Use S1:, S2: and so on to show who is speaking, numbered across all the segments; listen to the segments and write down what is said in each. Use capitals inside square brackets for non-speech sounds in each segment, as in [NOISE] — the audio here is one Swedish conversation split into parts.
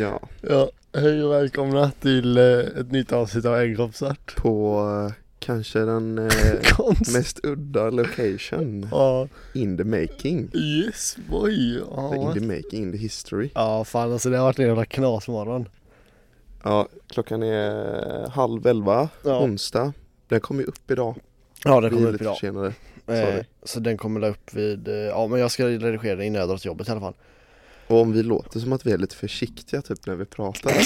S1: Ja,
S2: Ja, hej och välkomna till eh, ett nytt avsnitt av Äggkroppsart.
S1: på eh, kanske den eh,
S2: [LAUGHS] Konst.
S1: mest udda location
S2: Ja,
S1: in the making.
S2: yes boy.
S1: In
S2: Ja,
S1: the making, in the history.
S2: ja fan alltså det har varit en jävla knasmorgon.
S1: Ja, klockan är eh, halv elva,
S2: Ja.
S1: onsdag. Den kom ju upp idag.
S2: Ja den
S1: Vi är
S2: kommer upp
S1: lite
S2: idag.
S1: försenade.
S2: Eh,
S1: sorry.
S2: så den kommer la upp vid, eh, ja men jag ska redigera den innan jag drar till jobbet i alla fall.
S1: Och om vi låter som att vi är lite försiktiga typ när vi
S2: [LAUGHS]
S1: pratar.
S2: [LAUGHS]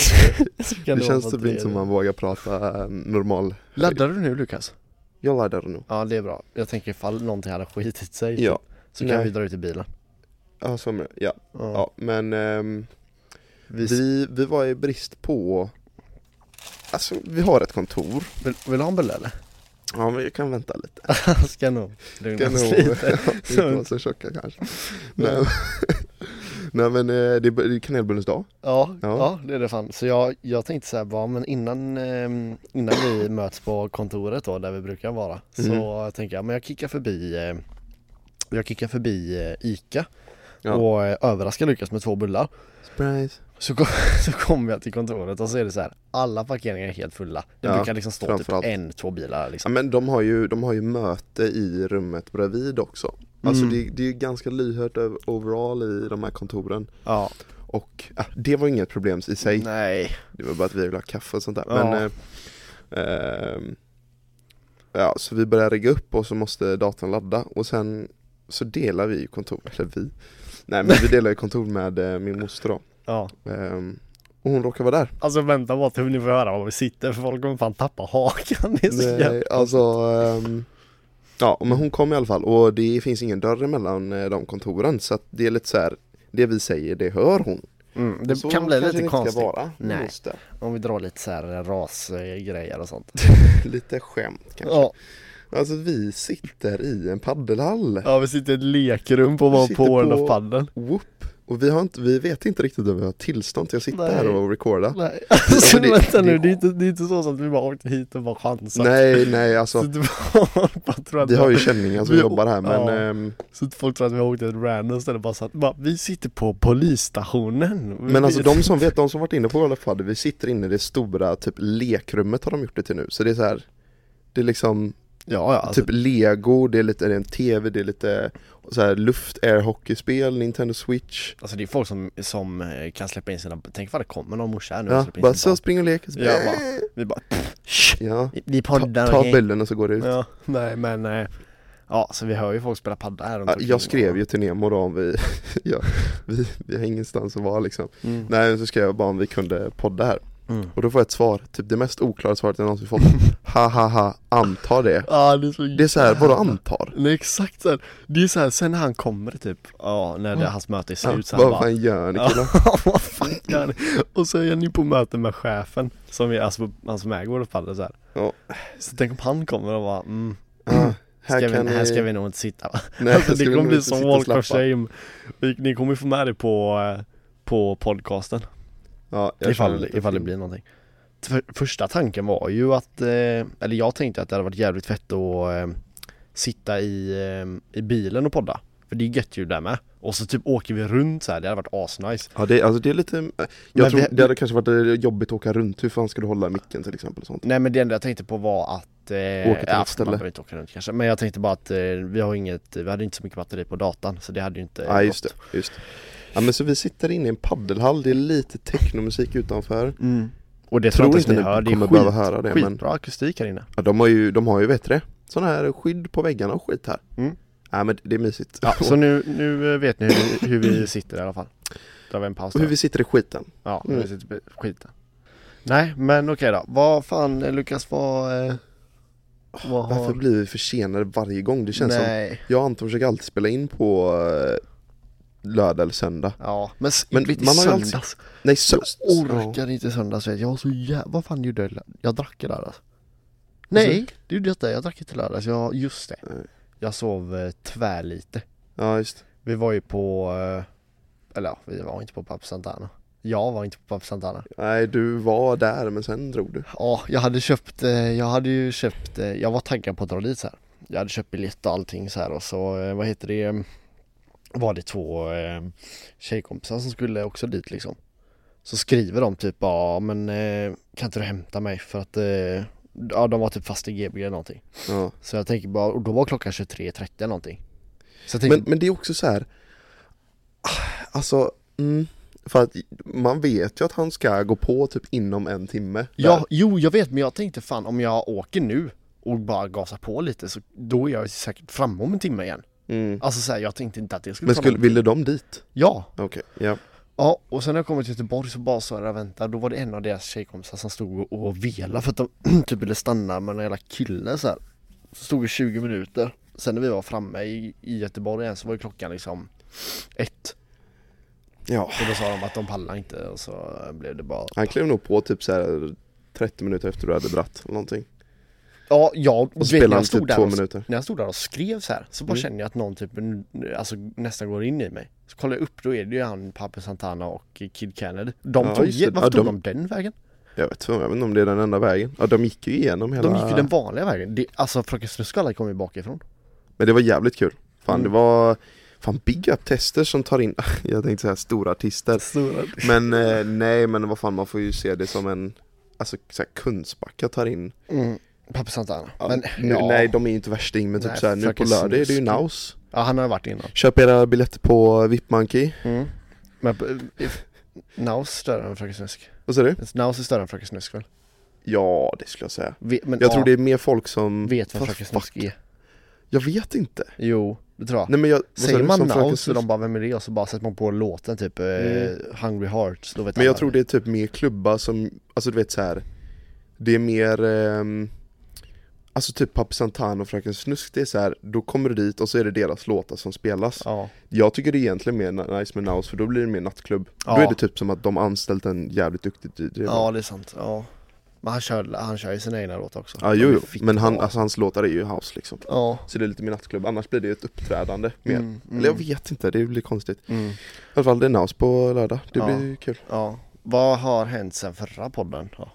S2: Så kan
S1: Det
S2: vara
S1: känns
S2: att
S1: typ inte som man vågar prata eh, normal.
S2: Laddar du nu Lukas?
S1: Jag laddar nu.
S2: Ja det är bra. Jag tänker ifall någonting hade skitit sig
S1: Ja,
S2: så kan
S1: nej.
S2: vi dra ut i bilen.
S1: ja, som, ja,
S2: Ja.
S1: ja. men ehm,
S2: Vi,
S1: vi, vi var i brist på Alltså vi har ett kontor,
S2: vill, vill du ha en bulle eller?
S1: ja men jag kan vänta lite
S2: [LAUGHS] ska nog lugna
S1: Ska
S2: oss
S1: nog [LAUGHS]
S2: lite.
S1: inte vara så tjocka kanske. Nej, [LAUGHS] Nej men eh, det är b- det är kanelbullens dag.
S2: Ja, ja.
S1: Ja.
S2: det är det fan. Så jag, jag tänkte så här, bara, men innan, ehm, innan vi [LAUGHS] möts på kontoret då, där vi brukar vara,
S1: Mm.
S2: så tänker jag, men jag kickar förbi, eh, jag kickar förbi eh, ICA
S1: Ja.
S2: och eh, överraskar Lukas med två bullar.
S1: Surprise.
S2: Så, kom, [LAUGHS] så kommer jag till kontoret och så är det så här, alla parkeringar är helt fulla. Det
S1: Ja,
S2: brukar liksom stå typ
S1: framförallt.
S2: en, två bilar
S1: Ja
S2: liksom.
S1: men de har ju, de har ju möte i rummet bredvid också. Alltså det, det är ju ganska lyhört över- overall i de här kontoren.
S2: Ja.
S1: Och ah, det var inget problem i sig.
S2: Nej.
S1: Det var bara att vi ville ha kaffe och sånt där.
S2: Ja.
S1: Men eh, ehm, Ja, så vi börjar rigga upp och så måste datorn ladda och sen så delar vi ju kontor, eller vi Nej men vi delar ju kontor med eh, min moster då
S2: Ja.
S1: Ehm, Och hon råkar vara där
S2: Alltså vänta bara till ni får höra var vi sitter för folk kommer fan tappa hakan. [LAUGHS] Det är så jävla...
S1: Nej, alltså ehm, Ja men hon kom i alla fall och det finns ingen dörr emellan eh, de kontoren så att det är lite så här Det vi säger det hör hon
S2: Mm, det
S1: Så
S2: kan bli
S1: kanske det
S2: lite
S1: inte ska
S2: konstigt.
S1: vara.
S2: Nej.
S1: Just det.
S2: Om vi drar lite så här rasgrejer och sånt.
S1: Lite skämt kanske
S2: [LAUGHS] Ja,
S1: Alltså vi sitter i en paddelhall
S2: ja vi sitter i ett lekrum på
S1: Vi
S2: vår
S1: sitter
S2: på World
S1: på-
S2: of Padden.
S1: Whoop. Och vi, har inte, vi vet inte riktigt om vi har tillstånd till att sitta
S2: Nej.
S1: här och recorda. [LAUGHS]
S2: Nej, alltså,
S1: men det-
S2: vänta nu,
S1: det-
S2: det är, inte, det är inte så att vi bara åkte hit och bara chansade.
S1: Nej, nej alltså.
S2: [LAUGHS] Så att folk bara [LAUGHS] tror att
S1: Vi har ju
S2: vi-
S1: känningar som
S2: vi-
S1: jobbar här men
S2: ja.
S1: ehm,
S2: så att folk tror att vi har åkt till ett random ställe bara så att bara, vi sitter på polisstationen. Vi
S1: Men alltså
S2: vet-
S1: de som vet, de som varit inne på World of Fuddy, vi sitter inne i det stora typ lekrummet har de gjort det till nu. Så det är så här, det är liksom
S2: Ja, ja, alltså,
S1: typ lego, det är lite det är en tv, det är lite så här luft, air hockeyspel, Nintendo switch.
S2: alltså det är folk som, som eh, kan släppa in sina, tänk vad det kommer någon morsa här nu och
S1: Ja,
S2: släpper
S1: bara
S2: in sina
S1: så
S2: barn.
S1: spring och lek.
S2: Ja, bara. Vi bara, pff, shh,
S1: Ja,
S2: vi
S1: ta,
S2: poddar
S1: ta
S2: okej?
S1: bullen och så går det ut.
S2: Ja, nej men, eh, ja så vi hör ju folk spela padda här runt
S1: Ja,
S2: omkring.
S1: Jag skrev ju till Nemo då om vi, [LAUGHS] ja, vi, vi har ingenstans att vara liksom.
S2: Mm.
S1: Nej, så skrev jag bara om vi kunde podda här.
S2: Mm.
S1: Och då får jag ett svar, typ det mest oklara svaret jag någonsin
S2: [LAUGHS]
S1: fått. ha ha ha, anta det.
S2: Ja det är så,
S1: Det är så här, vadå antar?
S2: Nej exakt så här. Det är så här, sen när han kommer typ, ja när det, hans möte är
S1: Ja,
S2: slut så han
S1: vad
S2: bara
S1: fan gör ni killar?
S2: Ja, [LAUGHS] vad fan gör ni? Och så är han ju på möte med chefen som är, alltså han som äger vårt fall så här.
S1: Ja.
S2: Så tänk om han kommer och bara mm, [LAUGHS]
S1: Ja,
S2: här,
S1: Ah, här
S2: ska
S1: kan
S2: vi,
S1: ni...
S2: här ska vi nog inte sitta va?
S1: [LAUGHS] Nej,
S2: alltså,
S1: här ska
S2: [LAUGHS] det
S1: vi
S2: kommer
S1: nog
S2: bli
S1: inte
S2: som
S1: sitta och
S2: walk of
S1: slappa.
S2: shame ni, ni kommer ju få med det på, eh, på podcasten
S1: Ja, jag känner
S2: ifall,
S1: lite
S2: ifall det
S1: film.
S2: blir någonting För, Första tanken var ju att, eh, eller jag tänkte att det hade varit jävligt fett att eh, sitta i, eh, i bilen och podda För det är gött ju där med Och så typ åker vi runt så här. det hade varit asnice
S1: Ja det, alltså det är lite, jag
S2: Men
S1: tror
S2: vi-
S1: det hade kanske varit jobbigt att åka runt, hur fan ska du hålla micken till exempel och sånt?
S2: Nej men det enda jag tänkte på var att eh,
S1: till något
S2: ja,
S1: ställe.
S2: Man behöver inte åka runt kanske Men jag tänkte bara att eh, vi har inget, vi hade inte så mycket batteri på datan Så det hade ju inte
S1: Ja just
S2: gått.
S1: det, just det. Ja men så vi sitter inne i en paddelhall, det är lite technomusik utanför
S2: Mm. Och det
S1: Tror
S2: tror jag inte
S1: inte ni
S2: att ni hör, det är
S1: kommer
S2: skit,
S1: behöva höra det, men-
S2: skitbra akustik här inne
S1: ja, de, har ju, de har ju, vet du det, sån här skydd på väggarna och skit här
S2: Mm.
S1: Ja men det är mysigt [LAUGHS]
S2: Ja, så nu, nu eh, vet ni hur, hur vi sitter i alla fall. Då har vi en paus
S1: Och hur
S2: där.
S1: vi sitter i skiten
S2: Ja,
S1: Mm.
S2: hur vi sitter på skiten. Nej, men okej då. Vad fan eh, Lukas, vad... Eh, vad har...
S1: Varför blir vi försenade varje gång? Det känns som,
S2: Nej.
S1: jag och Anton försöker alltid spela in på eh, lördag eller söndag
S2: Ja, men,
S1: Men
S2: men vet,
S1: man
S2: man
S1: har ju alltid-
S2: söndags.
S1: Nej sö-
S2: Jag orkar inte i söndags vet jag. Jag var så jävla... Vad fan gjorde jag? i lö- Jag drack ju lördags. Nej, det gjorde jag inte. Jag drack inte lördags. Jag, just det.
S1: Nej.
S2: Jag sov eh, tvärlite.
S1: Ja just
S2: Vi var ju på... Eh, eller ja, vi var inte på Papo Santana. Jag var inte på Papo Santana.
S1: Nej du var där men sen drog du
S2: Ja, jag hade köpt, eh, jag hade ju köpt, eh, jag var taggad på att dra dit så här. Jag hade köpt biljett och allting så här och så, eh, vad heter det, var det två eh, tjejkompisar som skulle också dit liksom. Så skriver de typ ja men eh, kan inte du hämta mig för att eh, Ja de var typ fast i GB eller någonting
S1: Ja.
S2: Så jag tänker bara, och då var klockan 23.30 eller någonting Så jag tänker,
S1: Men, men det är också så här. ah, Alltså, mm, för att man vet ju att han ska gå på typ inom en timme.
S2: ja, jo jag vet men jag tänkte fan om jag åker nu och bara gasar på lite så då är jag säkert framme om en timme igen
S1: Där. Mm.
S2: Alltså så här, jag tänkte inte att det skulle
S1: Men
S2: ta
S1: skulle,
S2: någon-
S1: ville de dit?
S2: Ja,
S1: Okej, ja.
S2: Ja, och sen när jag kom till Göteborg så bara sa jag där, vänta, då var det en av deras tjejkompisar som stod och, och velade för att de [CLEARS THROAT] typ ville stanna med någon jävla kille så här. Så stod i 20 minuter. Sen när vi var framme i, i Göteborg igen så var ju klockan liksom ett.
S1: ja.
S2: Och då sa de att de pallar inte och så blev det bara
S1: Han klev nog på typ så här 30 minuter efter du hade dratt eller någonting.
S2: Ja, jag,
S1: Och
S2: vet, när
S1: spelade
S2: jag
S1: han
S2: stod
S1: typ
S2: där
S1: två
S2: och,
S1: minuter.
S2: när jag stod där och skrev så här så bara
S1: Mm.
S2: känner jag att någon typ n- alltså, nästan går in i mig. Så kollar jag upp, då är det ju han Pablo Santana och Kid Kennedy. De
S1: Ja,
S2: tog,
S1: just det.
S2: varför
S1: Ja,
S2: tog
S1: de-
S2: de den vägen?
S1: Jag vet, inte, jag vet inte om det är den enda vägen. Ja, de gick ju igenom hela...
S2: De gick ju den vanliga vägen. Det, alltså Fröken Snuskalle kom ju bakifrån.
S1: Men det var jävligt kul. Fan,
S2: Mm.
S1: det var... Fan, big up tester som tar in, [LAUGHS] jag tänkte säga stora artister. Men eh, nej, men vad fan, man får ju se det som en... Alltså så här, Kungsbacka tar in...
S2: Mm. Pappa Santana.
S1: Ja,
S2: Men
S1: nu,
S2: ja.
S1: Nej, de är ju inte värsting, men typ
S2: Nej,
S1: så här, nu på
S2: fucking
S1: lördag är det ju
S2: snusk.
S1: Naus.
S2: ja, han har varit innan.
S1: Köp era biljetter på VIP-Monkey.
S2: Mm. Men eh, if- Naus är större än Fröken Snusk.
S1: Vad säger du?
S2: Naus är större än Fröken Snusk väl?
S1: Ja, det skulle jag säga.
S2: Ve- Men,
S1: Jag tror
S2: ja,
S1: det är mer folk som...
S2: vet vad
S1: Fast
S2: Fröken
S1: fuck.
S2: Snusk är.
S1: Jag vet inte.
S2: Jo, det tror jag.
S1: Nej men jag... vad sa
S2: Säger
S1: du,
S2: man
S1: som Fröken
S2: Naus så
S1: Snusk?
S2: de bara vem är det? Och så bara sätter man på låten typ eh,
S1: Mm.
S2: Hungry Hearts. Då vet
S1: Men
S2: alla
S1: jag tror
S2: vem
S1: det är typ mer klubbar som, alltså du vet så här. Det är mer ehm, Alltså typ Papi Santana och Fröken Snusk, det är så här, då kommer du dit och så är det deras låtar som spelas
S2: Ja.
S1: Jag tycker det är egentligen mer na- nice med Naus för då blir det mer nattklubb
S2: Ja.
S1: Då är det typ som att de har anställt en jävligt duktig DJ
S2: ja, det är sant. Ja. Men han kör, han kör ju sina egna låtar också.
S1: ja
S2: De
S1: jo,
S2: är
S1: jo.
S2: fitt
S1: men han,
S2: bra.
S1: alltså, hans låtar är ju house liksom
S2: Ja.
S1: Så det är lite mer nattklubb, annars blir det ju ett uppträdande mer
S2: Mm, mm,
S1: Eller jag vet inte, det blir konstigt
S2: Mm.
S1: I alla fall det är Naus på lördag, det
S2: Ja.
S1: blir kul
S2: Ja, vad har hänt sen förra podden? Ja.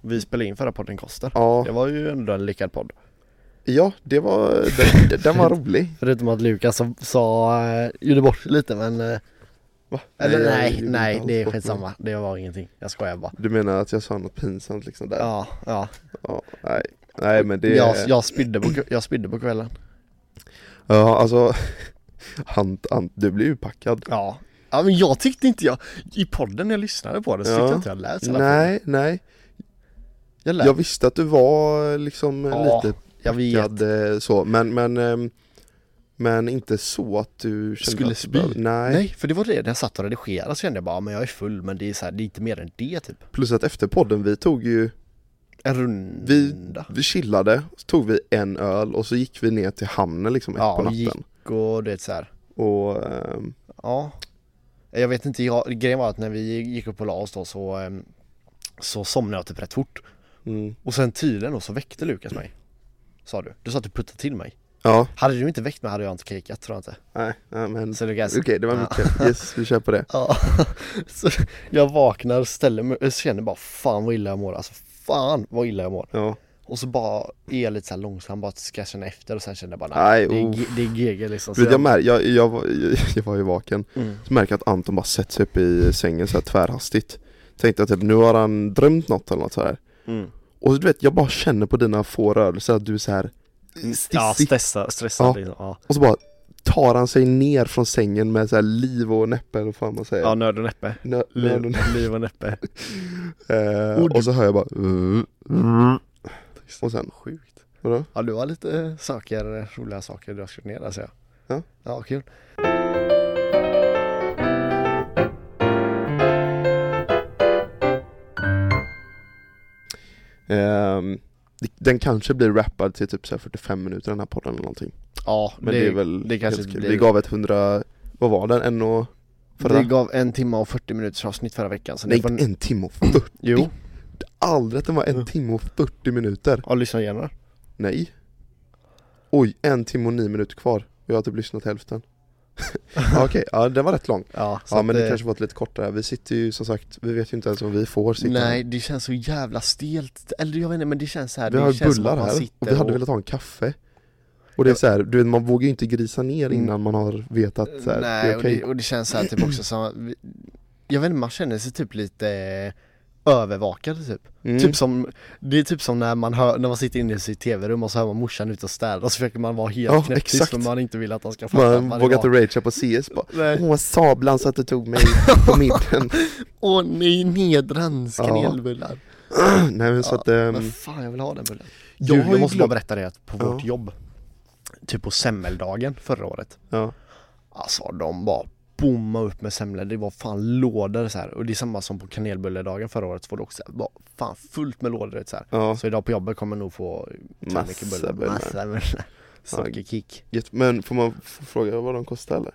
S2: Vi spelade in förra podden Koster.
S1: Ja,
S2: Det var ju ändå en lyckad podd.
S1: ja det var, den, den- den var rolig
S2: Förutom att Lukas sa, sa eh, gjorde bort sig lite men... eh,
S1: Va?
S2: Eller
S1: jag
S2: nej,
S1: gjorde
S2: nej,
S1: inte
S2: det
S1: alls
S2: är
S1: bort mig.
S2: skitsamma. Det var ingenting. Jag skojar bara.
S1: Du menar att jag sa något pinsamt liksom där? Ja.
S2: Ja, ja.
S1: nej. nej men det...
S2: Jag, jag, spydde på, jag spydde på kvällen.
S1: Ja alltså, [LAUGHS] Ant, Ant, du blir ju packad
S2: Ja. Ja men jag tyckte inte jag, i podden när jag lyssnade på det så
S1: Ja.
S2: tyckte jag inte jag lät så jävla fin.
S1: Nej, nej.
S2: Jag lät,
S1: Jag
S2: jag,
S1: visste att du var liksom eh,
S2: Ja,
S1: lite
S2: vet.
S1: packad eh, så, men, men ehm, men inte så att du kände
S2: Skulle
S1: att du
S2: spy.
S1: behövde- nej.
S2: Nej, för det var det, när jag satt och redigerade så kände jag bara, men jag är full men det är så här, det är inte mer än det typ.
S1: Plus att efter podden, vi tog ju,
S2: En
S1: Vi-
S2: runda.
S1: vi chillade, så tog vi en öl och så gick vi ner till hamnen liksom ett
S2: Ja,
S1: på
S2: och gick.
S1: natten.
S2: och du vet så här.
S1: Och, ehm,
S2: Ja. Jag vet inte, jag, grejen var att när vi gick upp och la oss då så, ehm, så somnade jag typ rätt fort.
S1: mm,
S2: Och sen tydligen då så väckte Lukas mig. Sa du. Du sa att du puttade till mig.
S1: ja,
S2: Hade du inte väckt mig hade jag inte kikat tror jag inte.
S1: nej, nej men
S2: Så Lukas.
S1: Okej, det var
S2: Ja.
S1: mycket. Yes, vi kör på det.
S2: Ja. [LAUGHS] Så jag vaknar, ställer mig och känner bara fan vad illa jag mår. Alltså fan vad illa jag mår.
S1: Ja.
S2: Och så bara är jag lite så här långsam bara ska jag känna efter och sen känner jag bara
S1: Nej,
S2: det, är,
S1: uff.
S2: g- det är GG liksom. Så
S1: Vet, jag,
S2: jag,
S1: mär, jag, jag, var, [LAUGHS] jag var ju vaken,
S2: mm.
S1: så märker jag att Anton bara sätter sig upp i sängen så här tvärhastigt Tänkte att typ, nu har han drömt något eller något så här.
S2: Mm.
S1: Och så, du vet, jag bara känner på dina få rörelser att du är så här stissig
S2: Ja, stressad, stressad
S1: Mm. Ja.
S2: liksom. Ja.
S1: Och så bara tar han sig ner från sängen med så här liv och näppe eller vad fan man säger
S2: Ja, nöd och näppe.
S1: Nö- nö- nö-
S2: Liv, liv och näppe.
S1: eh,
S2: Ord.
S1: Och så hör jag bara uh, Mm. Och sen,
S2: Sjukt.
S1: vadå?
S2: Ja, du har lite eh, saker, roliga saker du har skrivit ner där ser jag.
S1: Ja.
S2: Ja, kul.
S1: Ehm, det- den kanske blir rappad till typ så här 45 minuter den här podden eller någonting
S2: Ja,
S1: Men det, är väl
S2: det kanske
S1: helt
S2: inte
S1: kul.
S2: blir.
S1: Vi gav ett 100, vad var den? En och förra?
S2: Vi gav en timme och 40 minuters avsnitt förra veckan. Så
S1: Nej,
S2: det var...
S1: inte en timme och 40,
S2: Jo,
S1: aldrig att den var en timme och 40 minuter
S2: ja, lyssna igen då.
S1: Nej Oj, en timme och nio minuter kvar och jag har typ lyssnat hälften [LAUGHS] ja, Okej, ja den var rätt lång
S2: Ja, så
S1: Ja
S2: att,
S1: men det
S2: eh,
S1: kanske var ett lite kortare, vi sitter ju som sagt, vi vet ju inte ens om vi får sitta
S2: Nej, det känns så jävla stelt. Eller jag vet inte, men det känns så här.
S1: här. Vi
S2: det
S1: har
S2: känns som
S1: bullar
S2: att man
S1: här och
S2: sitter
S1: vi hade
S2: och-
S1: velat ha en kaffe Och det är så här, du vet man vågar ju inte grisa ner
S2: Mm.
S1: innan man har vetat så här,
S2: Nej,
S1: det är
S2: och,
S1: okej
S2: det, och det känns så här typ också som att vi, jag vet inte, man känner sig typ lite eh, övervakad typ.
S1: Mm.
S2: Typ som, det är typ som när man hör, när man sitter inne i sitt tv-rum och så hör man morsan ute och städar och så försöker man vara helt
S1: Ja,
S2: knäpptyst
S1: exakt.
S2: för man inte vill att han ska fatta att
S1: Man
S2: man
S1: vågar
S2: är
S1: inte
S2: vaken.
S1: ragea på CS bara
S2: Nej.
S1: Åh sablan så att du tog mig
S2: [LAUGHS]
S1: på mitten
S2: Åh nej, nedrans
S1: Ja.
S2: kanelbullar.
S1: [LAUGHS] Nej men så
S2: Ja,
S1: att, ehm,
S2: Men fan jag vill ha den bullen.
S1: Jag har
S2: Jag, du, jag
S1: ju
S2: måste
S1: glöm-
S2: bara berätta det att på
S1: Ja.
S2: vårt jobb, typ på semmeldagen förra året,
S1: ja,
S2: alltså de bara bomma upp med semlor, det var fan lådor så här. och det är samma som på kanelbulledagen förra året så var det också bara fan fullt med lådor så här.
S1: ja,
S2: Så idag på jobbet kommer jag nog få
S1: Massa
S2: mycket bullar.
S1: bullar.
S2: Massa bullar. Sockerkick.
S1: Jätte- men får man f- fråga vad de kostar eller?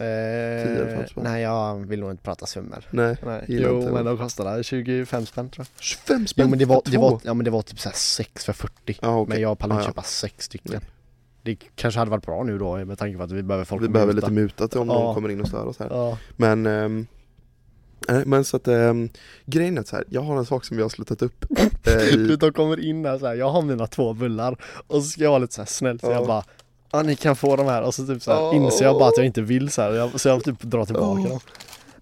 S1: eller
S2: Eh,
S1: 15 spänn.
S2: nej jag vill nog inte prata summor.
S1: Nej,
S2: Nej.
S1: gillar
S2: Jo
S1: inte det.
S2: men de kostade 25 spänn tror jag.
S1: 25 spänn
S2: Jo men det var,
S1: för
S2: det
S1: två.
S2: var, ja, men det var typ såhär 6 för 40
S1: Ja, okej.
S2: Men jag pallar
S1: Ah,
S2: inte
S1: ja.
S2: köpa sex stycken
S1: Nej.
S2: Det kanske hade varit bra nu då med tanke på att vi behöver folk
S1: Vi
S2: att
S1: behöver
S2: muta.
S1: lite mutat om
S2: Ja.
S1: någon kommer in och stör oss här
S2: Ja,
S1: Men, ehm, nej, men så att ehm, grejen är så här, jag har en sak som jag har slutat
S2: [LAUGHS]
S1: upp eh,
S2: du
S1: i,
S2: Typ de kommer in där såhär, jag har mina två bullar Och så ska jag vara lite såhär snäll så
S1: Ja.
S2: jag bara Ja ni kan få de här och så typ såhär
S1: Ja.
S2: inser jag bara att jag inte vill såhär och jag, Så jag typ drar tillbaka
S1: Ja.
S2: dem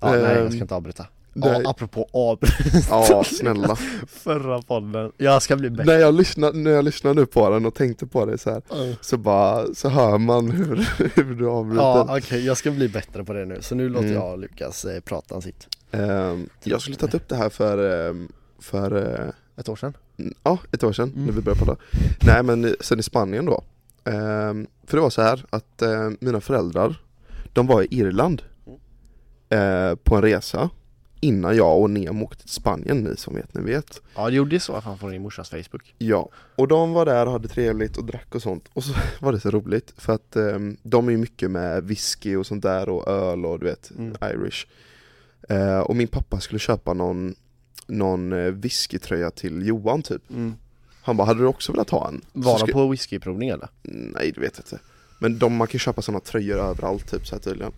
S2: Ja nej jag
S1: Ehm,
S2: ska inte avbryta
S1: nej.
S2: Ja apropå avbryta
S1: ja snälla
S2: [LAUGHS] förra podden Jag ska bli bättre
S1: när jag, lyssnar, när jag lyssnar nu på den och tänkte på det så här Så bara, så hör man hur, [LAUGHS] hur du avbryter
S2: Ja okej jag ska bli bättre på det nu Så nu låter
S1: Mm.
S2: jag Lukas eh, prata om sitt
S1: Ehm, Jag har slutat upp det här för, ehm, för eh,
S2: Ett år sedan
S1: ja, ett år sedan när
S2: Mm.
S1: vi började podda. Nej men sen i Spanien då. Ehm, för det var så här att eh, mina föräldrar, de var i Irland eh, på en resa innan jag och Nemo åkte till Spanien, ni som vet, ni vet.
S2: Ja det gjorde ju så fan från din morsas Facebook
S1: Ja, och de var där och hade trevligt och drack och sånt. Och så [LAUGHS] var det så roligt för att ehm, de är ju mycket med whisky och sånt där och öl och du vet,
S2: Mm.
S1: Irish. Eh, och min pappa skulle köpa någon, någon eh, whiskytröja till Johan typ. Han bara, hade du också velat ha en? Så
S2: Var
S1: ska-
S2: de på whiskyprovning eller?
S1: Nej det vet jag inte Men de, man kan ju köpa sådana tröjor överallt typ så här tydligen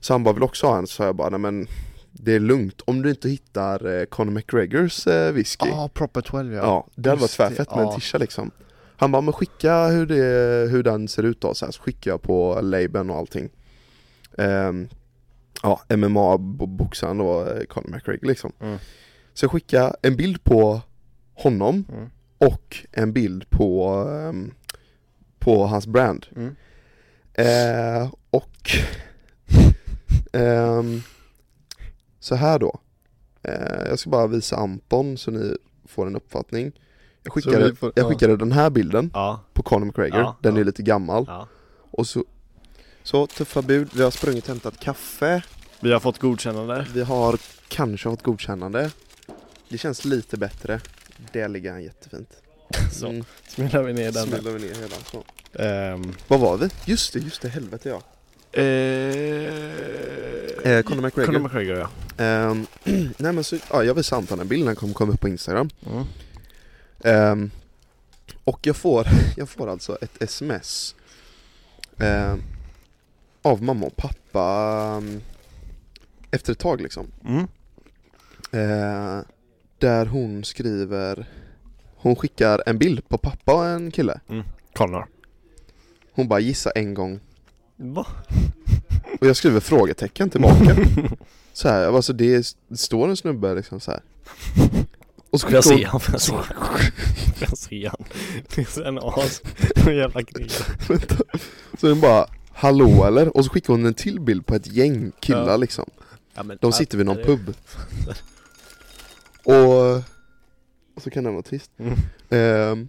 S1: Så han bara, vill också ha en? Så sa jag bara, nej men Det är lugnt, om du inte hittar eh, Conor McGregors eh, whisky
S2: Ja, Proper 12 Ah, ja.
S1: Ja, det hade varit
S2: just det. Ah.
S1: tvärfett med en
S2: Ja.
S1: tisha liksom Han bara, men skicka hur, det, hur den ser ut då så, här, så skickar jag på labeln och allting Ehm, Ja, MMA-boxaren då, eh, Conor McGregor liksom
S2: Mm.
S1: Så jag skickade en bild på honom
S2: Mm.
S1: och en bild på, ehm, på hans brand
S2: Mm.
S1: Eh, och [LAUGHS] ehm, så här då. Eh, jag ska bara visa Anton så ni får en uppfattning. Jag
S2: Så
S1: skickade,
S2: vi får-
S1: jag
S2: ja.
S1: skickade den här bilden
S2: Ja,
S1: på Conor McGregor,
S2: Ja,
S1: den
S2: ja.
S1: är lite gammal.
S2: ja.
S1: Och så, så tuffa bud, vi har sprungit och hämtat kaffe,
S2: Vi har fått godkännande.
S1: vi har kanske fått godkännande. Det känns lite bättre. Det ligger han jättefint.
S2: Så
S1: Mm,
S2: smällar vi ner den.
S1: smäller vi ner hela. Så.
S2: Ehm,
S1: Vad var vi? Just det, just det, helvete ja. Eh, Conor McGregor.
S2: Conor McGregor ja.
S1: Ehm, [CLEARS THROAT] nej men så, ja, jag visade Anton en bild när han kom, kom upp på Instagram
S2: Mm.
S1: Ehm, Och jag får, [LAUGHS] jag får alltså ett sms ehm, Av mamma och pappa ehm, Efter ett tag liksom
S2: Mm.
S1: Eh, Där hon skriver Hon skickar en bild på pappa och en kille
S2: Conor.
S1: Hon bara gissa en gång
S2: Va?
S1: Och jag skriver frågetecken tillbaka
S2: [LAUGHS]
S1: så här, alltså det är- det står en snubbe liksom så här. Och så
S2: Får jag
S1: skickar hon-
S2: se han? Får jag se han? Får jag se han? Det är så en as. En jävla krigare.
S1: Så den bara Hallå eller? Och så skickar hon en till bild på ett gäng killar
S2: Ja.
S1: liksom
S2: Ja, men-
S1: De sitter vid
S2: det
S1: någon
S2: är- [LAUGHS]
S1: pub Och, och så kan den vara trist
S2: Mm.
S1: Ehm,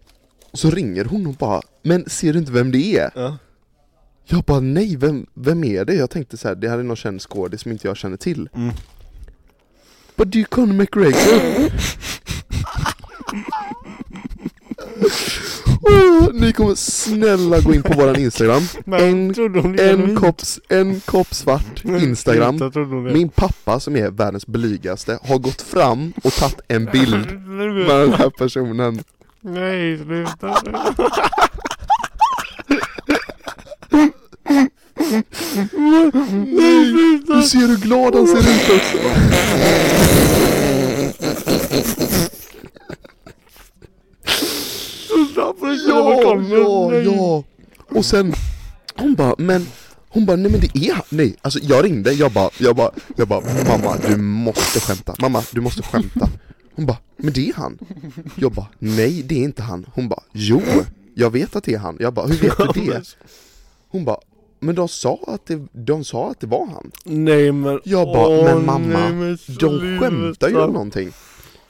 S1: Och så ringer hon och bara Men ser du inte vem det är?
S2: Ja.
S1: Jag bara nej, vem, vem är det? Jag tänkte så här, det här är någon känd skådis som inte jag känner till
S2: Mm.
S1: But du är Conor
S2: [LAUGHS]
S1: McGregor Åh, Ni kommer snälla gå in på våran
S2: [LAUGHS]
S1: Instagram En
S2: trodde hon det
S1: en
S2: genuint?
S1: kopp, en kopp svart Instagram
S2: Jag trodde hon det.
S1: Min pappa som är världens blygaste har gått fram och tagit en
S2: [LAUGHS]
S1: bild med den här personen [LAUGHS]
S2: Nej, sluta.
S1: Nej! Du ser hur glad han ser ut också!
S2: Sluta. Alltså,
S1: Ja, ja, ja! Och sen, hon bara, men Hon bara nej men det är han, nej Alltså jag ringde, jag bara, jag bara, jag bara Mamma du måste skämta, mamma du måste skämta Hon bara, men det är han Jag bara, nej det är inte han Hon bara, jo Jag vet att det är han, jag bara, hur vet du det? Hon bara, men de sa att det, de sa att det var han
S2: Nej men
S1: Jag bara,
S2: åh,
S1: men mamma,
S2: nej, men
S1: De skämtar ju
S2: sluta.
S1: om någonting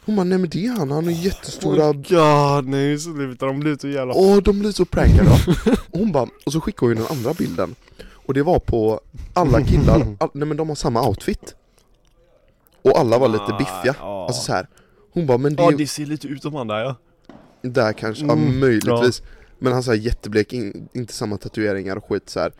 S1: Hon bara, nej men det är han, han har jättestora
S2: Oh God, nej sluta, de blir så jävla...
S1: Åh, de blev så prankade
S2: [LAUGHS]
S1: av. Och hon bara, och så skickade hon den andra bilden Och det var på alla
S2: [LAUGHS]
S1: killar, all, nej men de har samma outfit Och alla var lite biffiga,
S2: Ah, Ja.
S1: alltså så här. Hon bara, men det
S2: Ja
S1: är
S2: det ser lite ut som han där ja.
S1: där kanske, ja
S2: Mm,
S1: möjligtvis Men han såhär jätteblek, in, inte samma tatueringar och skit så här.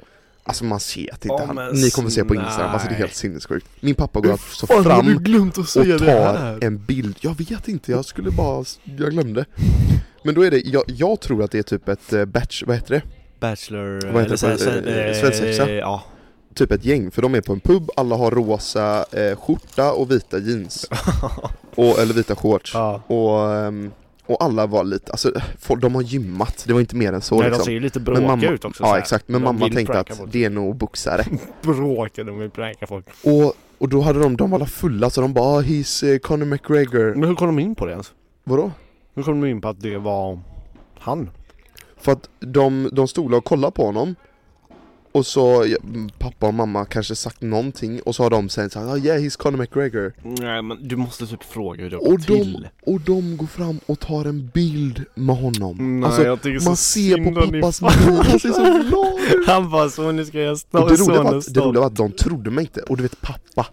S1: Alltså man ser att det inte
S2: Ja,
S1: han,
S2: men
S1: ni kommer se på Instagram,
S2: nej.
S1: alltså det är helt sinnessjukt Min pappa går
S2: Hur
S1: alltså
S2: Fan, har du
S1: fram
S2: glömt att säga
S1: och
S2: det
S1: tar
S2: här?
S1: en bild, jag vet inte, jag skulle bara, jag glömde Men då är det, jag, jag tror att det är typ ett eh, batch, vad heter det?
S2: Bachelor...
S1: Vad heter det på- eh, svensexa?
S2: Ja.
S1: typ ett gäng, för de är på en pub, alla har rosa eh, skjorta och vita
S2: [LAUGHS]
S1: jeans. och, eller vita shorts.
S2: ja.
S1: Och, ehm, och alla var lite, alltså folk, de har gymmat, det var inte mer än så
S2: Nej de
S1: liksom.
S2: ser ju lite bråkiga
S1: mamma-
S2: ut också så
S1: Ja
S2: här.
S1: exakt, men
S2: De
S1: mamma
S2: vill
S1: tänkte
S2: pranka
S1: att
S2: folk.
S1: det är nog boxare.
S2: Bråkiga, de vill pranka folk
S1: och, och då hade de, de var alla fulla så de bara ah, 'He's eh, Conor McGregor'
S2: Men hur kom de in på det ens?
S1: Vadå?
S2: Hur kom de in på att det var han?
S1: För att de, de stod och kollade på honom och så, ja, pappa och mamma kanske sagt någonting och så har de sen såhär ah, 'Yeah, he's Conor McGregor'
S2: Nej men du måste typ fråga hur det
S1: Och de, och de går fram och tar en bild med honom.
S2: Nej,
S1: alltså,
S2: jag tycker
S1: man
S2: så
S1: ser
S2: synd
S1: på
S2: om din
S1: pappas
S2: far.
S1: min, han ser så glad
S2: [LAUGHS]
S1: ut.
S2: Han bara så nu ska jag stå
S1: Och det roliga var att, det roliga var att de trodde mig inte, och du vet pappa,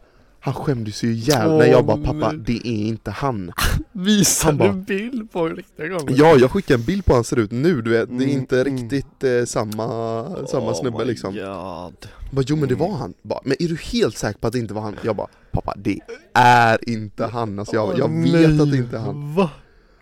S1: han skämdes ju ihjäl när jag bara
S2: Åh,
S1: 'pappa,
S2: nej.
S1: det är inte han'
S2: Visar
S1: Han bara-
S2: du bild på hur riktiga gången?
S1: Ja, jag skickar en bild på hur han ser ut nu, du vet, det är
S2: Mm,
S1: inte
S2: mm.
S1: riktigt eh, samma, samma snubbe liksom
S2: Oh God. Mm.
S1: bara, Jo men det var han, bara, men är du helt säker på att det inte var han? Jag bara 'pappa, det är inte han' alltså jag, jag
S2: Åh,
S1: vet
S2: Oh nej.
S1: att det inte är han
S2: Va?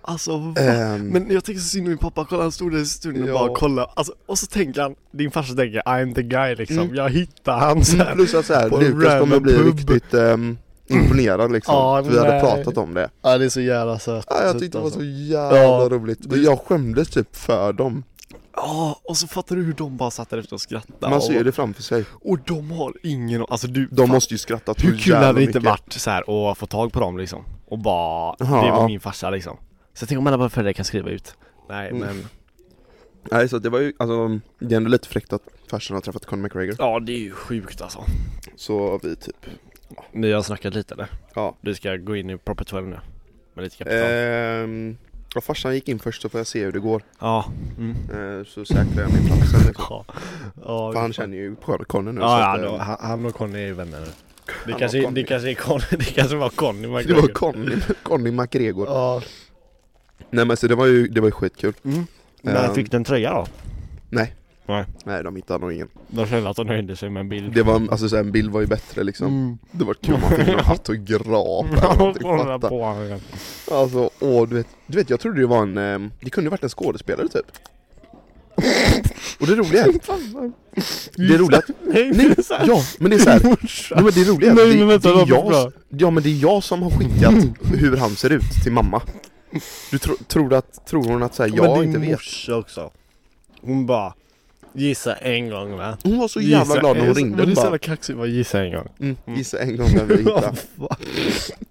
S2: Alltså va?
S1: Ehm,
S2: Men jag tänker så synd om min pappa, kolla han stod där i studion och
S1: Ja.
S2: bara kolla alltså, Och så tänker han, din farsa tänker I'm the guy liksom,
S1: Mm.
S2: jag hittar han så här.
S1: Mm, plus att så här,
S2: på en
S1: Lukas kommer
S2: random
S1: bli
S2: pub.
S1: riktigt ehm, imponerad liksom,
S2: Ja,
S1: för vi hade
S2: nej.
S1: pratat om det.
S2: Ja det är så jävla sött alltså.
S1: Ja, jag tyckte det var så
S2: Ja.
S1: jävla roligt, och jag skämdes typ för dem.
S2: Ja, och så fattar du hur de bara satt där efter och skrattade
S1: Man ser ju
S2: och,
S1: det framför sig.
S2: och de har ingen alltså du
S1: De
S2: fan,
S1: måste ju skratta så
S2: Hur kul
S1: jävla
S2: hade det inte
S1: mycket.
S2: varit så här att få tag på dem liksom? Och bara, det
S1: Ja.
S2: var min farsa liksom Så tänk om alla bara föräldrar kan skriva ut Nej
S1: Mm.
S2: men,
S1: Nej så det var ju, alltså, det är ändå lite fräckt att farsan har träffat Conor McGregor.
S2: ja det är ju sjukt alltså
S1: Så vi typ,
S2: Ni har snackat lite eller?
S1: ja.
S2: Du ska gå in i proper 12 nu? Med lite kapital?
S1: Ehm, ja, farsan gick in först så får jag se hur det går.
S2: Ja, mm.
S1: Eh, så säkrar jag min plats sen liksom.
S2: ja.
S1: För han känner ju Conor nu. så
S2: Ja, ja
S1: att, eh,
S2: då, han, han och Conny är ju vänner nu Det
S1: och
S2: kanske,
S1: Conny.
S2: det kanske, är Conny, [LAUGHS] det kanske var Conny
S1: [LAUGHS] det var
S2: McGregor
S1: Conny, Conny McGregor.
S2: Ja,
S1: Nej men så det var ju, det var ju skitkul.
S2: mm.
S1: Ehm.
S2: Men fick du en tröja då?
S1: Nej de hittade nog ingen.
S2: De kände att de nöjde sig med en bild
S1: Det var, alltså så här, en bild var ju bättre liksom.
S2: Mm.
S1: Det var kul, man fick en autograf
S2: [LAUGHS]
S1: eller någonting,
S2: Kolla
S1: fatta.
S2: på honom igen.
S1: Alltså, åh du vet, du vet, jag trodde det var en, ehm, det kunde ju varit en skådespelare typ. Och det roliga är, det är roligt att,
S2: Nej,
S1: nej,
S2: [LAUGHS] det är så här-
S1: ja men det är såhär,
S2: Morsa.
S1: nej men det är roligt att
S2: Nej,
S1: det,
S2: men vänta,
S1: det är
S2: varför
S1: jag,
S2: bra?
S1: ja men det är jag som har skickat hur han ser ut till mamma. Du tro, tror, du att, tror hon att såhär, jag inte vet?
S2: morsa också. Hon bara Gissa en gång va?
S1: Hon var så jävla glad när hon ringde,
S2: Men det
S1: hon
S2: är så
S1: bara,
S2: jävla kaxigt, bara gissa en gång.
S1: mm, gissa en gång
S2: [LAUGHS]
S1: när vi hittar.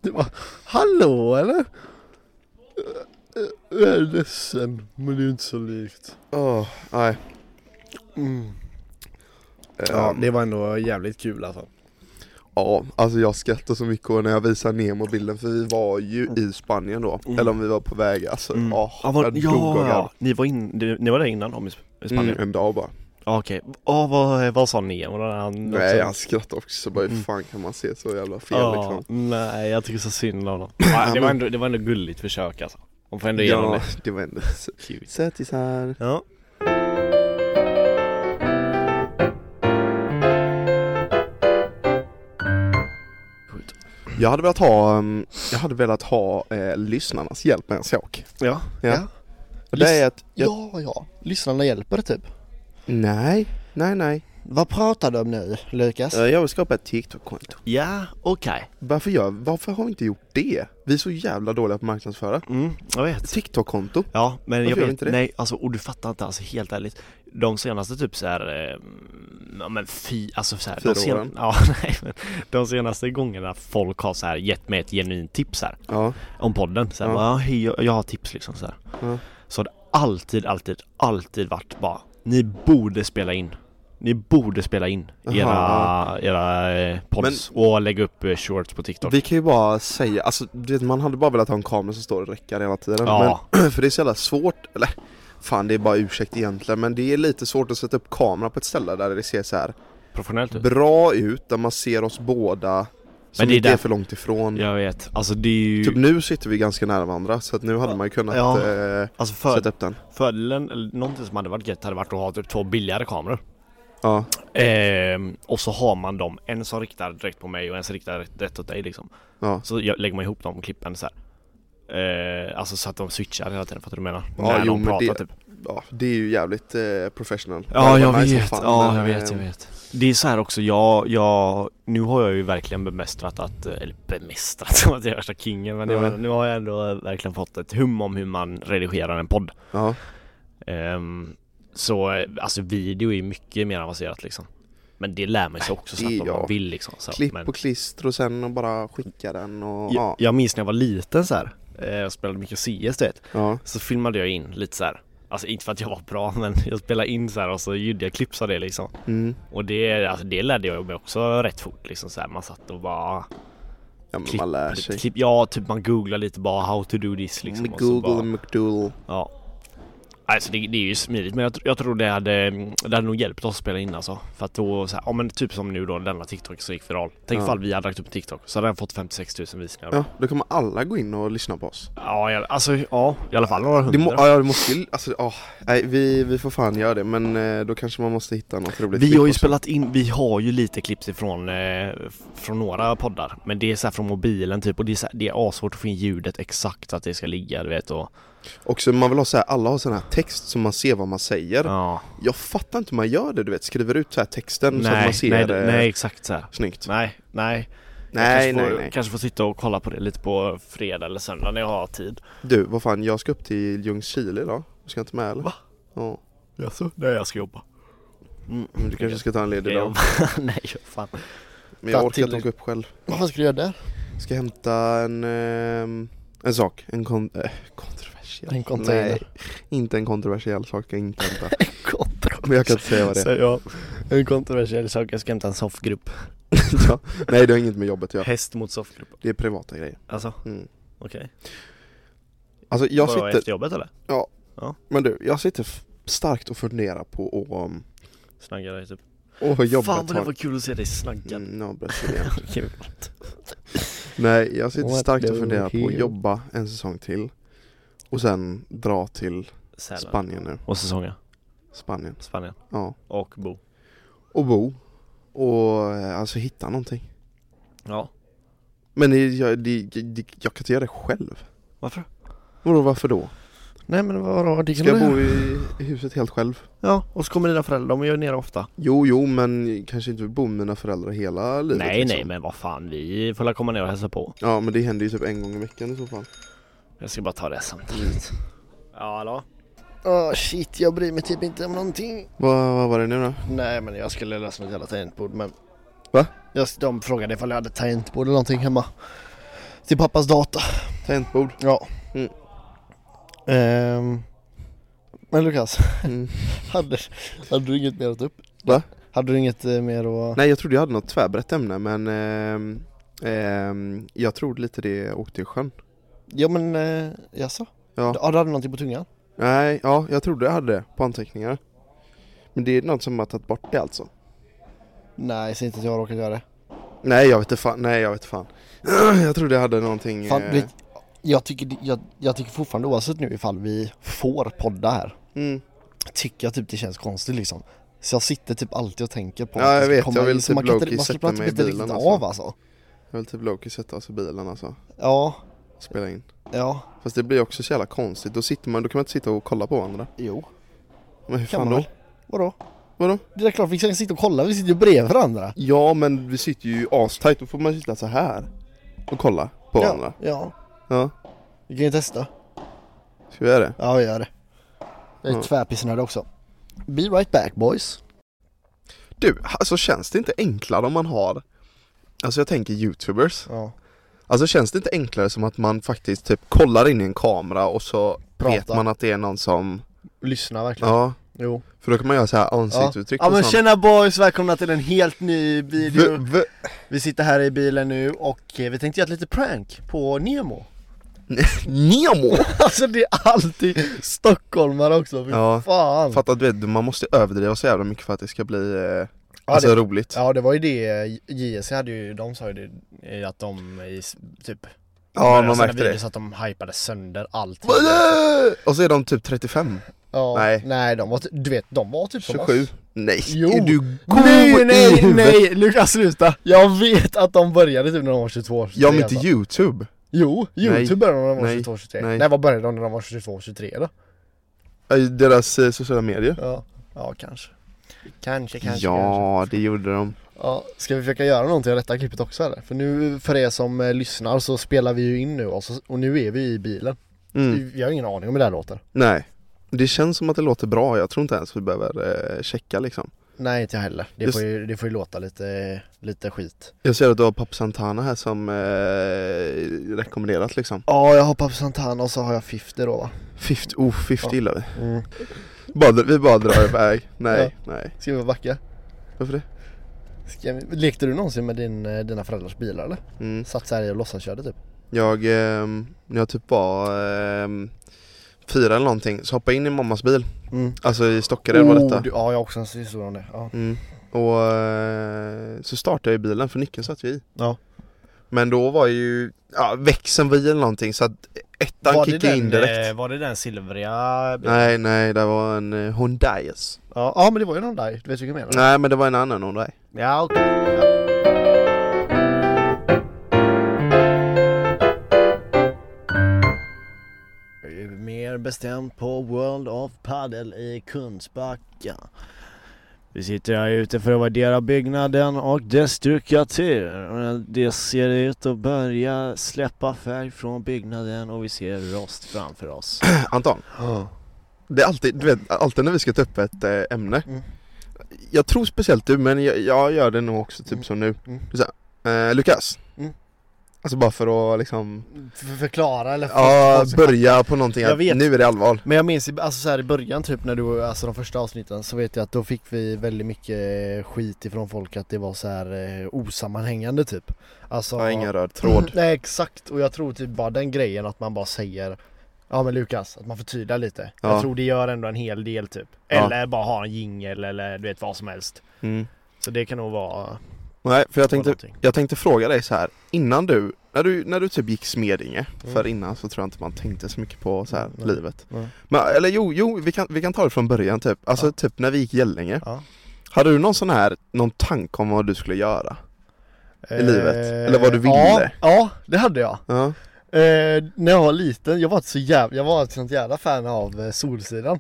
S2: du bara, hallå eller? Jag är ledsen, men det är inte så likt.
S1: Åh, nej. Mm.
S2: Ja,
S1: Ehm,
S2: det var ändå jävligt kul alltså.
S1: Ja, alltså jag skrattar så mycket och när jag visar Nemo bilden för vi var ju i Spanien då,
S2: Mm.
S1: eller om vi var på väg alltså,
S2: Mm.
S1: åh,
S2: Ja, var,
S1: jag dog av
S2: ja
S1: garv.
S2: ni, var in, du- ni var där innan om i Sp- i Spanien?
S1: Mm, en dag bara.
S2: Ja, Okej, Ja, vad, vad sa ni? Var det han
S1: Nej
S2: också?
S1: han skrattade också, bara hur
S2: Mm.
S1: fan kan man se så jävla fel
S2: Ja,
S1: liksom?
S2: Nej, jag tycker så synd om dem. Ja, det, var ändå, det var ändå gulligt försök alltså. De får ändå ge dem
S1: Ja,
S2: det.
S1: det var ändå [LAUGHS] så-
S2: Cute.
S1: sötisar.
S2: Ja.
S1: Jag hade velat ha, um, jag hade velat ha eh, lyssnarnas hjälp med en sak.
S2: Ja.
S1: Ja.
S2: ja.
S1: Och det är att, jag,
S2: ja, ja. Lyssnarna hjälper typ.
S1: nej, nej nej.
S3: Vad pratar du om nu, Lukas?
S1: Eh, Jag vill skapa ett TikTok-konto.
S2: Ja, okej.
S1: Varför, gör, varför har vi inte gjort det? Vi är så jävla dåliga på att marknadsföra.
S2: Mm, jag vet.
S1: TikTok-konto?
S2: Ja, men
S1: Varför
S2: jag
S1: gör
S2: vet
S1: vi inte det?
S2: Nej, alltså, och du fattar inte alltså helt ärligt. De senaste typ så här, eh, ja men fy, alltså så här,
S1: Fyra
S2: de sen-
S1: åren.
S2: Ja, [LAUGHS] nej men de senaste gångerna folk har så här gett mig ett genuint tips här
S1: Ja.
S2: om podden. Så här,
S1: Ja.
S2: bara, "Ja, hej, jag, jag har tips liksom så här.
S1: Ja.
S2: Så har det alltid, alltid, alltid varit bara, ni borde spela in. Ni borde spela in era,
S1: Jaha.
S2: era eh, pods och lägga upp eh, shorts på TikTok.
S1: Vi kan ju bara säga, alltså du vet, man hade bara velat ha en kamera som står och räcker hela tiden.
S2: Ja.
S1: Men, [CLEARS THROAT] för det är så jävla svårt, eller fan det är bara ursäkt egentligen, men det är lite svårt att sätta upp kamera på ett ställe där det ser så här
S2: Professionellt ut.
S1: bra ut, där man ser oss båda som
S2: Men det är
S1: inte är
S2: där-
S1: för långt ifrån.
S2: Jag vet, alltså det är ju...
S1: Typ nu sitter vi ganska nära varandra, så att nu hade man ju kunnat
S2: Ja.
S1: eh,
S2: alltså för,
S1: sätta upp den.
S2: Fördelen, eller någonting som hade varit gött hade varit att ha typ två billigare kameror.
S1: Ja.
S2: Ehm, och så har man dem, en som riktar direkt på mig och en som riktar rätt, rätt åt dig liksom.
S1: Ja.
S2: Så jag, lägger man ihop de klippen så här. Ehm, alltså så att de switchar hela tiden, fattar du vad jag menar?
S1: Ja,
S2: När
S1: jo,
S2: de
S1: men
S2: pratar
S1: det-
S2: typ.
S1: ja, det är ju jävligt eh, professional. Det
S2: Ja,
S1: hade
S2: jag
S1: varit nice som fan,
S2: vet, ja,
S1: men,
S2: jag vet, jag
S1: eh,
S2: vet. Det är så här också, jag, jag, nu har jag ju verkligen bemästrat att, eh, eller bemästrat [LAUGHS] som att jag är värsta kingen, men jag
S1: Ja.
S2: menar, nu har jag ändå verkligen fått ett hum om hur man redigerar en podd.
S1: Ja.
S2: Ehm, så eh, alltså video är ju mycket mer avancerat liksom. Men det lär man sig också
S1: Äh, det-
S2: snabbt om
S1: ja.
S2: man vill liksom. Så,
S1: Klipp
S2: men,
S1: och klister och sen och bara skicka den och
S2: jag,
S1: ja.
S2: jag minns när jag var liten så här. eh, Jag spelade mycket CS du vet.
S1: ja.
S2: Så filmade jag in lite så här. Alltså inte för att jag var bra [LAUGHS] men jag spelade in så här och så gjorde jag klipps av det liksom.
S1: Mm.
S2: Och det, alltså, det lärde jag mig också rätt fort liksom så här. Man satt och bara
S1: ja men
S2: klipp,
S1: man lär sig. Mm,
S2: klipp, Ja typ man googlar lite bara how to do this liksom. och så
S1: Google
S2: bara-
S1: och McDoodle.
S2: Ja. Alltså det, det är ju smidigt men jag, tr- jag tror det hade, det hade nog hjälpt oss att spela in alltså. För att då så här, ja men typ som nu då denna TikTok som gick viral. Tänk
S1: Ja.
S2: ifall vi hade lagt upp en TikTok så hade den fått 56 000 visningar. Ja,
S1: Ja, då kommer alla gå in och lyssna på oss.
S2: ja alltså ja, i alla fall några
S1: Det
S2: hundra.
S1: må, ja, det måste ju, alltså, ja, nej, vi, vi får fan göra det men eh, då kanske man måste hitta något roligt
S2: vi
S1: klipp
S2: har ju
S1: också.
S2: spelat in, vi har ju lite klipps ifrån eh, från några poddar. Men det är så här från mobilen typ och det är, så här, det är asvårt att få in ljudet exakt att det ska ligga du vet och
S1: Och så man vill ha så här, alla har sån här text så man ser vad man säger.
S2: ja.
S1: Jag fattar inte hur man gör det du vet, skriver ut så här texten så att
S2: Nej,
S1: man ser eh,
S2: nej,
S1: det
S2: nej exakt så här.
S1: snyggt.
S2: Nej, nej.
S1: Nej,
S2: jag kanske,
S1: nej,
S2: får,
S1: nej.
S2: kanske får sitta och kolla på det lite på fredag eller söndag när jag har tid.
S1: Du, vad fan, jag ska upp till Ljungskile idag. Du ska inte med eller?
S2: Va?
S1: Ja,
S2: Jaså? Nej, jag ska jobba. Mm.
S1: men du kanske ska ta en ledig dag.
S2: [LAUGHS] Nej, fan.
S1: Men jag
S3: Ta
S1: orkar inte
S3: till-
S1: åka upp själv.
S3: Vad ska du göra där?
S1: Ska hämta en, ehm, en sak, en kon- eh, kontroversiell
S3: En container.
S1: Nej, inte en kontroversiell sak ska jag inte
S3: [LAUGHS]
S1: hämta Men jag kan
S2: [LAUGHS]
S1: inte säga vad det är
S2: Säger jag. En kontroversiell sak, jag ska hämta en soffgrupp.
S1: [LAUGHS] ja. Nej det har inget med jobbet att göra,
S2: Häst mot soffgrupp.
S1: det är privata grejer
S2: Alltså,
S1: mm.
S2: okej.
S1: Alltså jag
S2: Vadå,
S1: sitter,
S2: efter jobbet eller?
S1: men du, jag sitter f- starkt och funderar på att um,
S2: Snaggar dig typ.
S1: och jobba
S2: fan
S1: ett
S2: vad det
S1: tag
S2: var kul att se dig snaggad.
S1: Mm, ja, Brasilien.
S2: [LAUGHS] Kul.
S1: Nej, jag sitter
S3: What
S1: starkt och
S3: the
S1: funderar på att
S3: hell?
S1: jobba en säsong till Och sen dra till
S2: Sälen.
S1: Spanien nu,
S2: Och säsongen.
S1: Spanien,
S2: Spanien.
S1: ja
S2: Och Bo.
S1: Och bo, och eh, alltså hitta någonting
S2: Ja.
S1: Men det- jag, det, det, jag kan inte göra det själv.
S2: Varför?
S1: Vadå varför då?
S2: Nej men vadå, det kan
S1: Ska jag bo i i huset helt själv?
S2: Ja, och så kommer dina föräldrar, de är ju nere ofta.
S1: Jo, jo, men kanske inte bo med mina föräldrar hela livet
S2: Nej
S1: liksom.
S2: nej men vad fan vi får väl komma ner och hälsa på.
S1: Ja, men det händer ju typ en gång i veckan i så fall.
S2: Jag ska bara ta det samtalet. Ja hallå?
S3: Åh Mm. Ah, shit, jag bryr mig typ inte om någonting.
S1: Vad, vad var det nu då?
S3: Nej men jag skulle lösa något jävla tangentbord men...
S1: Va?
S3: Jag, de frågade ifall jag hade tangentbord eller någonting hemma. Till pappas data.
S1: Tangentbord?
S3: Ja.
S1: Mm.
S3: Ehm, men Lukas,
S1: Mm.
S3: [LAUGHS] hade, hade du inget mer att ta upp?
S1: Va?
S3: Hade du inget eh, mer att...
S1: Nej, jag trodde jag hade något tvärbrett ämne, men ehm, ehm, jag trodde lite det åkte i sjön.
S3: Ja men, eh, jaså?
S1: Ja.
S3: ja. Du hade någonting på tungan?
S1: Nej, ja, jag trodde jag hade det på anteckningar. Men det är något som har tagit bort det alltså.
S3: Nej, säg inte att jag har råkat göra det.
S1: Nej, jag vet inte fan. Nej, jag vet inte fan. [CLEARS THROAT] Jag trodde jag hade någonting.
S3: Fan,
S1: eh,
S3: Blake, jag, tycker, det- jag, jag tycker fortfarande oavsett nu ifall vi får podda här
S1: mm.
S3: Tycker jag typ det känns konstigt liksom Så jag sitter typ alltid och tänker på
S1: Ja,
S3: att
S1: jag
S3: ska
S1: vet.
S3: komma
S1: Jag vill
S3: in, så
S1: typ
S3: man kan inte-
S1: low-key
S3: man ska
S1: sätta
S3: prata
S1: mig i
S3: inte riktigt
S1: bilen,
S3: av alltså
S1: Jag vill typ Loki sätta oss i bilen alltså,
S3: Ja,
S1: spela in.
S3: ja,
S1: Fast det blir också så jävla konstigt, då sitter man, då kan man inte sitta och kolla på varandra.
S3: jo,
S1: Men hur
S3: kan
S1: fan
S3: man
S1: då?
S3: väl? Vadå?
S1: Vadå?
S3: Det är klart vi kan sitta och kolla, vi sitter ju bredvid varandra.
S1: Ja men vi sitter ju astajt, då får man sitta så här och kolla på varandra.
S3: Ja, ja.
S1: Ja,
S3: Vi kan ju testa.
S1: ska vi göra det?
S3: Ja, vi gör det. Jag är
S1: Ja.
S3: tvärpissnödig också. Be right back boys.
S1: Du, alltså känns det inte enklare om man har Alltså jag tänker youtubers
S3: Ja.
S1: Alltså känns det inte enklare som att man faktiskt typ kollar in i en kamera och så
S3: Prata.
S1: vet man att det är någon som
S2: Lyssna verkligen.
S1: Ja,
S2: Jo.
S1: för då kan man göra så här ansiktsuttryck
S2: Ja
S1: och
S2: men
S1: sånt
S2: tjena boys, välkomna till en helt ny
S1: v,
S2: video.
S1: v, [LAUGHS]
S2: Vi sitter här i bilen nu och eh, vi tänkte göra ett litet prank på Nemo.
S1: Nemo!
S2: [LAUGHS] Alltså det är alltid stockholmare också, fy
S1: Ja.
S2: fan.
S1: Fattar du, vet, man måste överdriva så jävla mycket för att det ska bli eh, Alltså
S2: det-
S1: roligt
S2: Ja det var ju det, eh, JSC hade ju, de sa ju det, eh, att de i s- typ
S1: Ja,
S2: började
S1: man
S2: sina
S1: märkte det
S2: videos att de hypade sönder allting
S1: Och så är de typ 35,
S2: ja,
S1: Nej.
S2: nej. nej de var ty- du vet de var typ som
S1: 27
S2: oss.
S1: Nej,
S2: Jo.
S1: är du god
S2: Nej
S1: i
S2: nej
S1: huvudet?
S2: nej Lukas sluta! Jag vet att de började typ när de var 22, 23
S1: Ja men inte
S2: alltså.
S1: youtube
S2: Jo,
S1: Nej.
S2: youtube började de när de var
S1: Nej.
S2: 22, 23
S1: Nej.
S2: Nej. vad började de när de var 22, 23 då?
S1: Ja, i Deras eh, sociala medier
S2: Ja, ja kanske Kanske, kanske, kanske
S1: Ja, det gjorde de
S2: Ja, ska vi försöka göra någonting av detta klippet också eller? För nu, för er som eh, lyssnar så spelar vi ju in nu alltså, och, så, och nu är vi i bilen.
S1: mm.
S2: Vi, vi har ingen aning om hur det här låter.
S1: Nej Det känns som att det låter bra, jag tror inte ens vi behöver eh, checka liksom
S2: Nej, inte jag heller. Det
S1: Just-
S2: får, ju, det får ju låta lite, lite skit.
S1: Jag ser att du har Pap Santana här som eh, rekommenderat liksom
S2: Ja, jag har Pablo Santana och så har jag 50 då va?
S1: 50, oh 50
S2: Ja.
S1: gillar vi
S2: Mm.
S1: bara, Vi bara drar iväg,
S2: [LAUGHS]
S1: nej, nej
S2: Ska vi backa?
S1: Varför det?
S2: Ska vi, lekte du någonsin med din, eh, dina föräldrars bilar eller?
S1: Mm.
S2: Satt så här i och låtsaskörde typ?
S1: Jag, ehm, när jag typ var ehm, fyra eller någonting, så hoppade jag in i mammas bil
S2: Mm.
S1: Alltså i Stockaryd var detta
S2: Oh, du, ja, jag har också en historia om det. Ja.
S1: Mm. Och eh, så startade jag i bilen för nyckeln satt ju i.
S2: Ja.
S1: Men då var ju ja, växeln vid eller någonting så att ettan kickade in direkt.
S2: var det den eh, silvriga
S1: Nej, nej, det var en eh, Hyundai.
S2: Ja, ja, men det var ju någon där, du vet vilken jag menar?
S1: Nej, men det var en annan Hyundai.
S2: Ja, okej. Mer bestämt på World of Paddle i Kungsbacka. Vi sitter här ute för att värdera byggnaden och dess dukatur. Det ser ut att börja släppa färg från byggnaden och vi ser rost framför oss.
S1: Anton, det är alltid, du vet, alltid när vi ska ta upp ett eh, ämne.
S2: Mm.
S1: Jag tror speciellt du, men jag, jag gör det nog också typ
S2: Mm.
S1: som nu.
S2: Mm.
S1: Du säger, eh, Lukas.
S2: Mm.
S1: Alltså bara för att liksom,
S2: Förklara eller
S1: ja, börja på någonting.
S2: Jag
S1: att
S2: vet.
S1: Nu är det allvar.
S2: Men jag minns i- alltså så här i början typ när du, alltså de första avsnitten så vet jag att då fick vi väldigt mycket skit ifrån folk att det var så här eh, osammanhängande typ Alltså
S1: Jag har ingen röd
S2: [LAUGHS]
S1: tråd.
S2: Nej exakt och jag tror typ bara den grejen att man bara säger Ja men Lukas, att man förtydligar lite
S1: Ja.
S2: Jag tror det gör ändå en hel del typ
S1: Ja.
S2: Eller bara ha en jingel eller du vet vad som helst
S1: Mm.
S2: Så det kan nog vara
S1: Nej, för jag
S2: vara
S1: tänkte,
S2: någonting.
S1: jag tänkte fråga dig så här innan du, när du, när du typ gick Smedinge, för innan så tror jag inte man tänkte så mycket på så här
S2: Mm. Nej.
S1: livet.
S2: Nej.
S1: Men, eller jo, jo vi, kan, vi kan ta det från början typ, alltså
S2: Ja.
S1: typ när vi gick Gällänge.
S2: Ja.
S1: Hade du någon sån här, någon tanke om vad du skulle göra? i livet? Eller vad du
S2: Eh,
S1: ville?
S2: Ja, ja det hade jag
S1: Ja,
S2: Eh, när jag var liten, jag var inte så jävla, jag var ett sånt jävla fan av eh, Solsidan.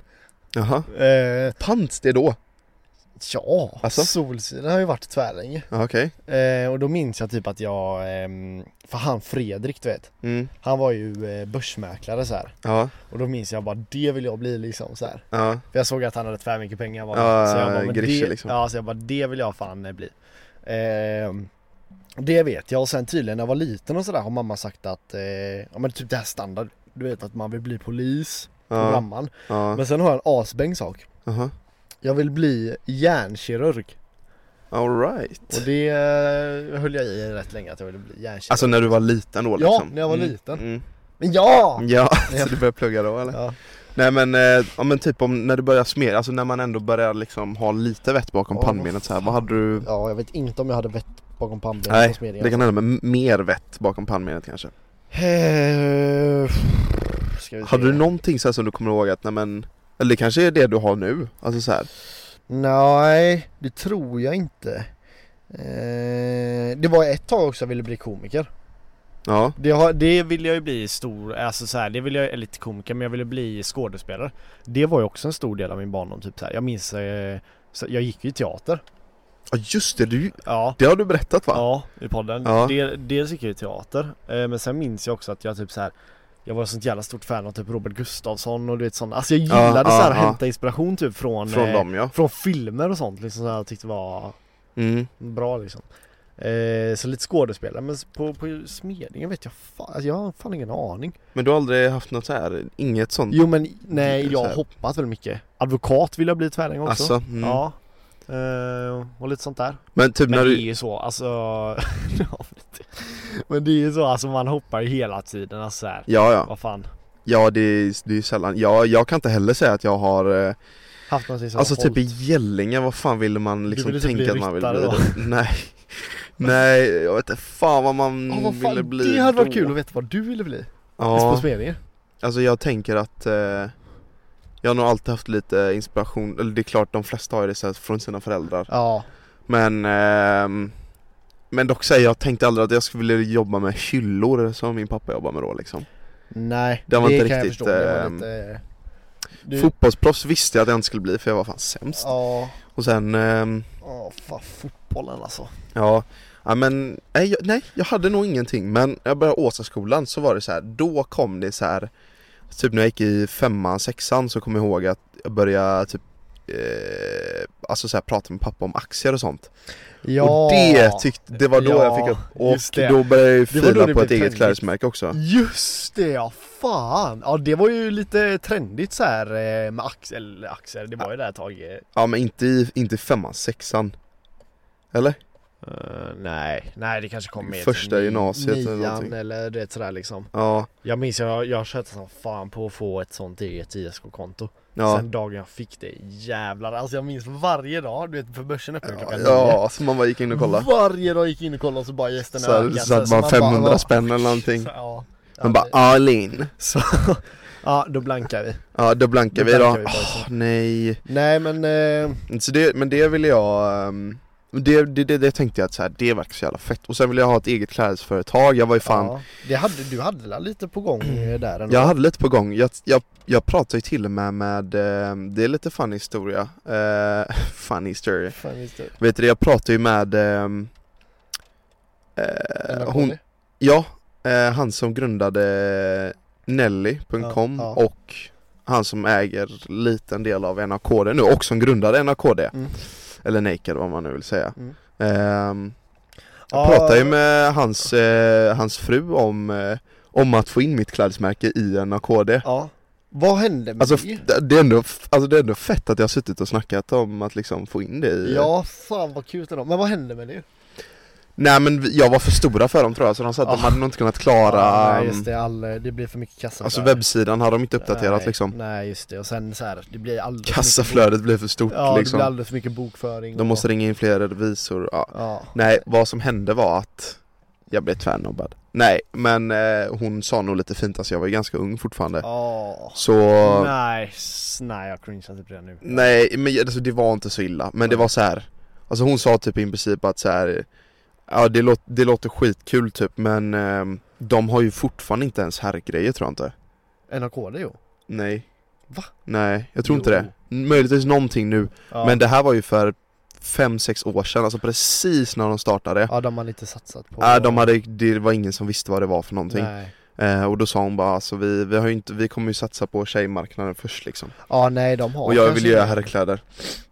S1: jaha.
S2: Eh,
S1: Pants det då?
S2: ja,
S1: Alltså?
S2: Solsidan har ju varit tvärlänge.
S1: Ja, okej.
S2: Eh, och då minns jag typ att jag, ehm, för han Fredrik du vet,
S1: Mm.
S2: han var ju eh, börsmäklare så här.
S1: Ja,
S2: Och då minns jag bara det vill jag bli liksom så här.
S1: ja,
S2: För jag såg att han hade tvärmycket pengar bara.
S1: Ja,
S2: så jag
S1: ja,
S2: bara, men
S1: Grische,
S2: det,
S1: liksom.
S2: Ja, så jag bara det vill jag fan eh, bli. Ehm, det vet jag och sen tydligen när jag var liten och sådär har mamma sagt att, eh, ja men typ det här standard, du vet att man vill bli polis,
S1: ja,
S2: programman.
S1: ja,
S2: Men sen har jag en asbäng sak.
S1: jaha.
S2: Jag vill bli hjärnkirurg.
S1: Alright.
S2: Och det eh, höll jag i rätt länge att jag ville bli hjärnkirurg.
S1: Alltså när du var liten då
S2: Ja,
S1: liksom?
S2: när jag var
S1: Mm,
S2: liten.
S1: Mm.
S2: men ja!
S1: Ja, [LAUGHS] så du började plugga då eller?
S2: ja.
S1: Nej men, eh, ja, men typ om när du börjar smera, alltså när man ändå börjar liksom ha lite vett bakom
S2: Ja,
S1: pannbenet så här, vad hade du?
S2: Ja, jag vet inte om jag hade vett bakom pannbenet
S1: Nej,
S2: på smedjan.
S1: det kan hända, men m- mer vett bakom pannbenet kanske.
S2: Eh, ska vi se.
S1: Hade du någonting så här som du kommer ihåg att, nej men, eller det kanske är det du har nu? Alltså så här.
S2: Nej, det tror jag inte. Eh, det var ett tag också jag ville bli komiker.
S1: ja,
S4: Det, har, det vill jag ju bli stor, alltså så här, det vill jag, eller lite komiker men jag ville bli skådespelare. Det var ju också en stor del av min barndom typ så här. Jag minns eh,
S2: Så jag gick ju i teater.
S1: Ja just det, du,
S2: Ja.
S1: det har du berättat va?
S2: Ja, i podden.
S1: Ja.
S2: Del, dels gick jag i teater, eh, men sen minns jag också att jag typ så här. Jag var ett sånt jävla stort fan av typ Robert Gustafsson och du vet sånt. Alltså jag
S1: Ja,
S2: gillade så här
S1: ja, ja.
S2: hämta inspiration typ från,
S1: Från
S2: eh,
S1: dem ja.
S2: från filmer och sånt liksom som jag tyckte var
S1: Mm.
S2: bra liksom. Eh, så lite skådespelare, men på, på Smedingen vet jag fan, alltså, jag har fan ingen aning.
S1: Men du har aldrig haft något så här, inget sånt?
S2: Jo men nej,
S1: Mm. Så
S2: jag
S1: här.
S2: har hoppat väldigt mycket. Advokat vill jag bli tvärning också.
S1: Alltså, mm.
S2: Ja. Eh, och lite sånt där.
S1: Men typ
S2: Men
S1: när
S2: det är
S1: du,
S2: ju så, alltså... [LAUGHS] Ja, men det- men det är ju så, alltså man hoppar ju hela tiden, alltså så här.
S1: ja ja,
S2: Vad fan.
S1: ja det är, det är sällan, ja, jag kan inte heller säga att jag har eh,
S2: Haft någonting som
S1: Alltså
S2: har
S1: typ i Gällinge, vad fan ville man liksom
S2: ville typ
S1: tänka
S2: bli
S1: att man ville bli?
S2: ryttare
S1: Då? Nej Nej, jag vet inte fan vad man
S2: Ja, vad fan,
S1: ville bli
S2: Det hade
S1: då.
S2: varit kul att veta vad du ville bli. På
S1: Ja,
S2: Smedinge.
S1: alltså jag tänker att eh, Jag har nog alltid haft lite inspiration, eller det är klart de flesta har ju det så här från sina föräldrar
S2: Ja.
S1: Men ehm, Men dock säger jag tänkte aldrig att jag skulle vilja jobba med hyllor som min pappa jobbar med då liksom
S2: Nej,
S1: Det var inte
S2: kan jag
S1: riktigt,
S2: förstå. Det var
S1: ehm,
S2: lite... Du,
S1: Fotbollsproffs visste jag att jag inte skulle bli för jag var fan sämst
S2: ja,
S1: Och sen ehm,
S2: ja, fan fotbollen alltså.
S1: Ja, ja men nej jag, nej, jag hade nog ingenting men när jag började Åsaskolan så var det så här, då kom det så här Typ när jag gick i femman, sexan så kom jag ihåg att jag började typ eh, Alltså så här, prata med pappa om aktier och sånt
S2: Ja.
S1: Och det tyckte, det var då
S2: Ja,
S1: jag fick upp Och
S2: just det.
S1: då började jag ju
S2: Det var då
S1: fila
S2: det
S1: på
S2: blev
S1: ett eget
S2: trendigt.
S1: klädesmärke också
S2: Just det ja, fan! Ja det var ju lite trendigt så här eh, med axel, eller axel, det var ju där ett tag. eh.
S1: Ja men inte i, inte i femman, sexan Eller?
S2: Eh, nej, nej det kanske kom med
S1: Första
S2: till ni-
S1: gymnasiet eller någonting.
S2: nian eller det sådär liksom.
S1: Ja,
S2: Jag minns jag, jag tjötade som fan på att få ett sånt eget ISK-konto.
S1: ja
S2: Sen dagen jag fick det, jävlar. Alltså jag minns varje dag, du vet för börsen öppnade klockan nio.
S1: Ja, så man bara gick in och kollade
S2: Varje dag gick jag in och kollade och så bara gästen
S1: Så, här, så att man 500 spänn eller någonting
S2: Ja.
S1: Man bara ah. all in
S2: så, ja, då blankar vi.
S1: Ja, då blankar vi
S2: Då
S1: då.
S2: blankar vi bara så.
S1: Åh, nej.
S2: Nej men, eh,
S1: Så det, men det ville jag... ehm, Det, det, det, det tänkte jag att så här, det verkar så jävla fett. Och sen ville jag ha ett eget klädesföretag. Jag var ju fan...
S2: Ja, det hade, du hade väl lite på gång eh, där ändå?
S1: Jag hade lite på gång. Jag, jag, jag pratade ju till och med med... ehm, Det är lite funny historia. Eh, [LAUGHS] funny story.
S2: Fan, visst det.
S1: Vet du det, jag pratade ju med... ehm, eh,
S2: Eller
S1: hon,
S2: Conny?
S1: ja, eh, han som grundade Nelly.com
S2: Ja, ja.
S1: och han som äger liten del av NAKD nu och som grundade NAKD.
S2: Mm.
S1: Eller Naked vad man nu vill säga
S2: Mm.
S1: Ehm, Jag
S2: Ja,
S1: pratade ju med hans, eh, hans fru om, eh, om att få in mitt klädesmärke i en AKD
S2: Ja. Vad hände med
S1: Alltså
S2: det?
S1: f- det- det är, ändå, f- alltså det är ändå fett att jag har suttit och snackat om att liksom få in det i
S2: Ja, fan vad kul det var. Men vad hände med det?
S1: Nej men vi- jag var för stora för dem tror jag så de sa att de
S2: Ah.
S1: hade nog inte kunnat klara
S2: Ja, nej, just
S1: ehm,
S2: det, all, det blir för mycket kassaflöde.
S1: Alltså webbsidan hade de inte uppdaterat
S2: nej,
S1: liksom
S2: Nej, just det. Och sen så här, det blir alldeles för
S1: Kassaflödet blev för stort
S2: mycket, Ja, det blir
S1: liksom
S2: alldeles för mycket bokföring.
S1: De måste ringa in fler revisor, ja.
S2: och, ja.
S1: Nej, vad som hände var att jag blev tvärnobbad. Nej, men eh, hon sa nog lite fint, alltså jag var ju ganska ung fortfarande.
S2: Ja.
S1: Så
S2: Nej, s- nej jag cringear typ redan nu.
S1: nej, men jag- alltså, det var inte så illa. Men det var så här. alltså hon sa typ i princip att så här. ja det, låt, det låter skitkul typ men ehm, de har ju fortfarande inte ens herrgrejer tror jag inte.
S2: NAKD jo.
S1: Nej.
S2: Va?
S1: Nej, jag tror inte
S2: Jo.
S1: det. Möjligtvis någonting nu,
S2: Ja.
S1: men det här var ju för 5-6 år sedan, alltså precis när de startade.
S2: ja, de har lite satsat på...
S1: Ja, de hade, det var ingen som visste vad det var för någonting.
S2: Nej.
S1: Eh, och då sa hon bara alltså vi, vi, har ju inte, vi kommer ju satsa på tjejmarknaden först liksom.
S2: Ja, nej de har
S1: och jag vill
S2: kanske
S1: ju göra
S2: ingen-
S1: herrkläder.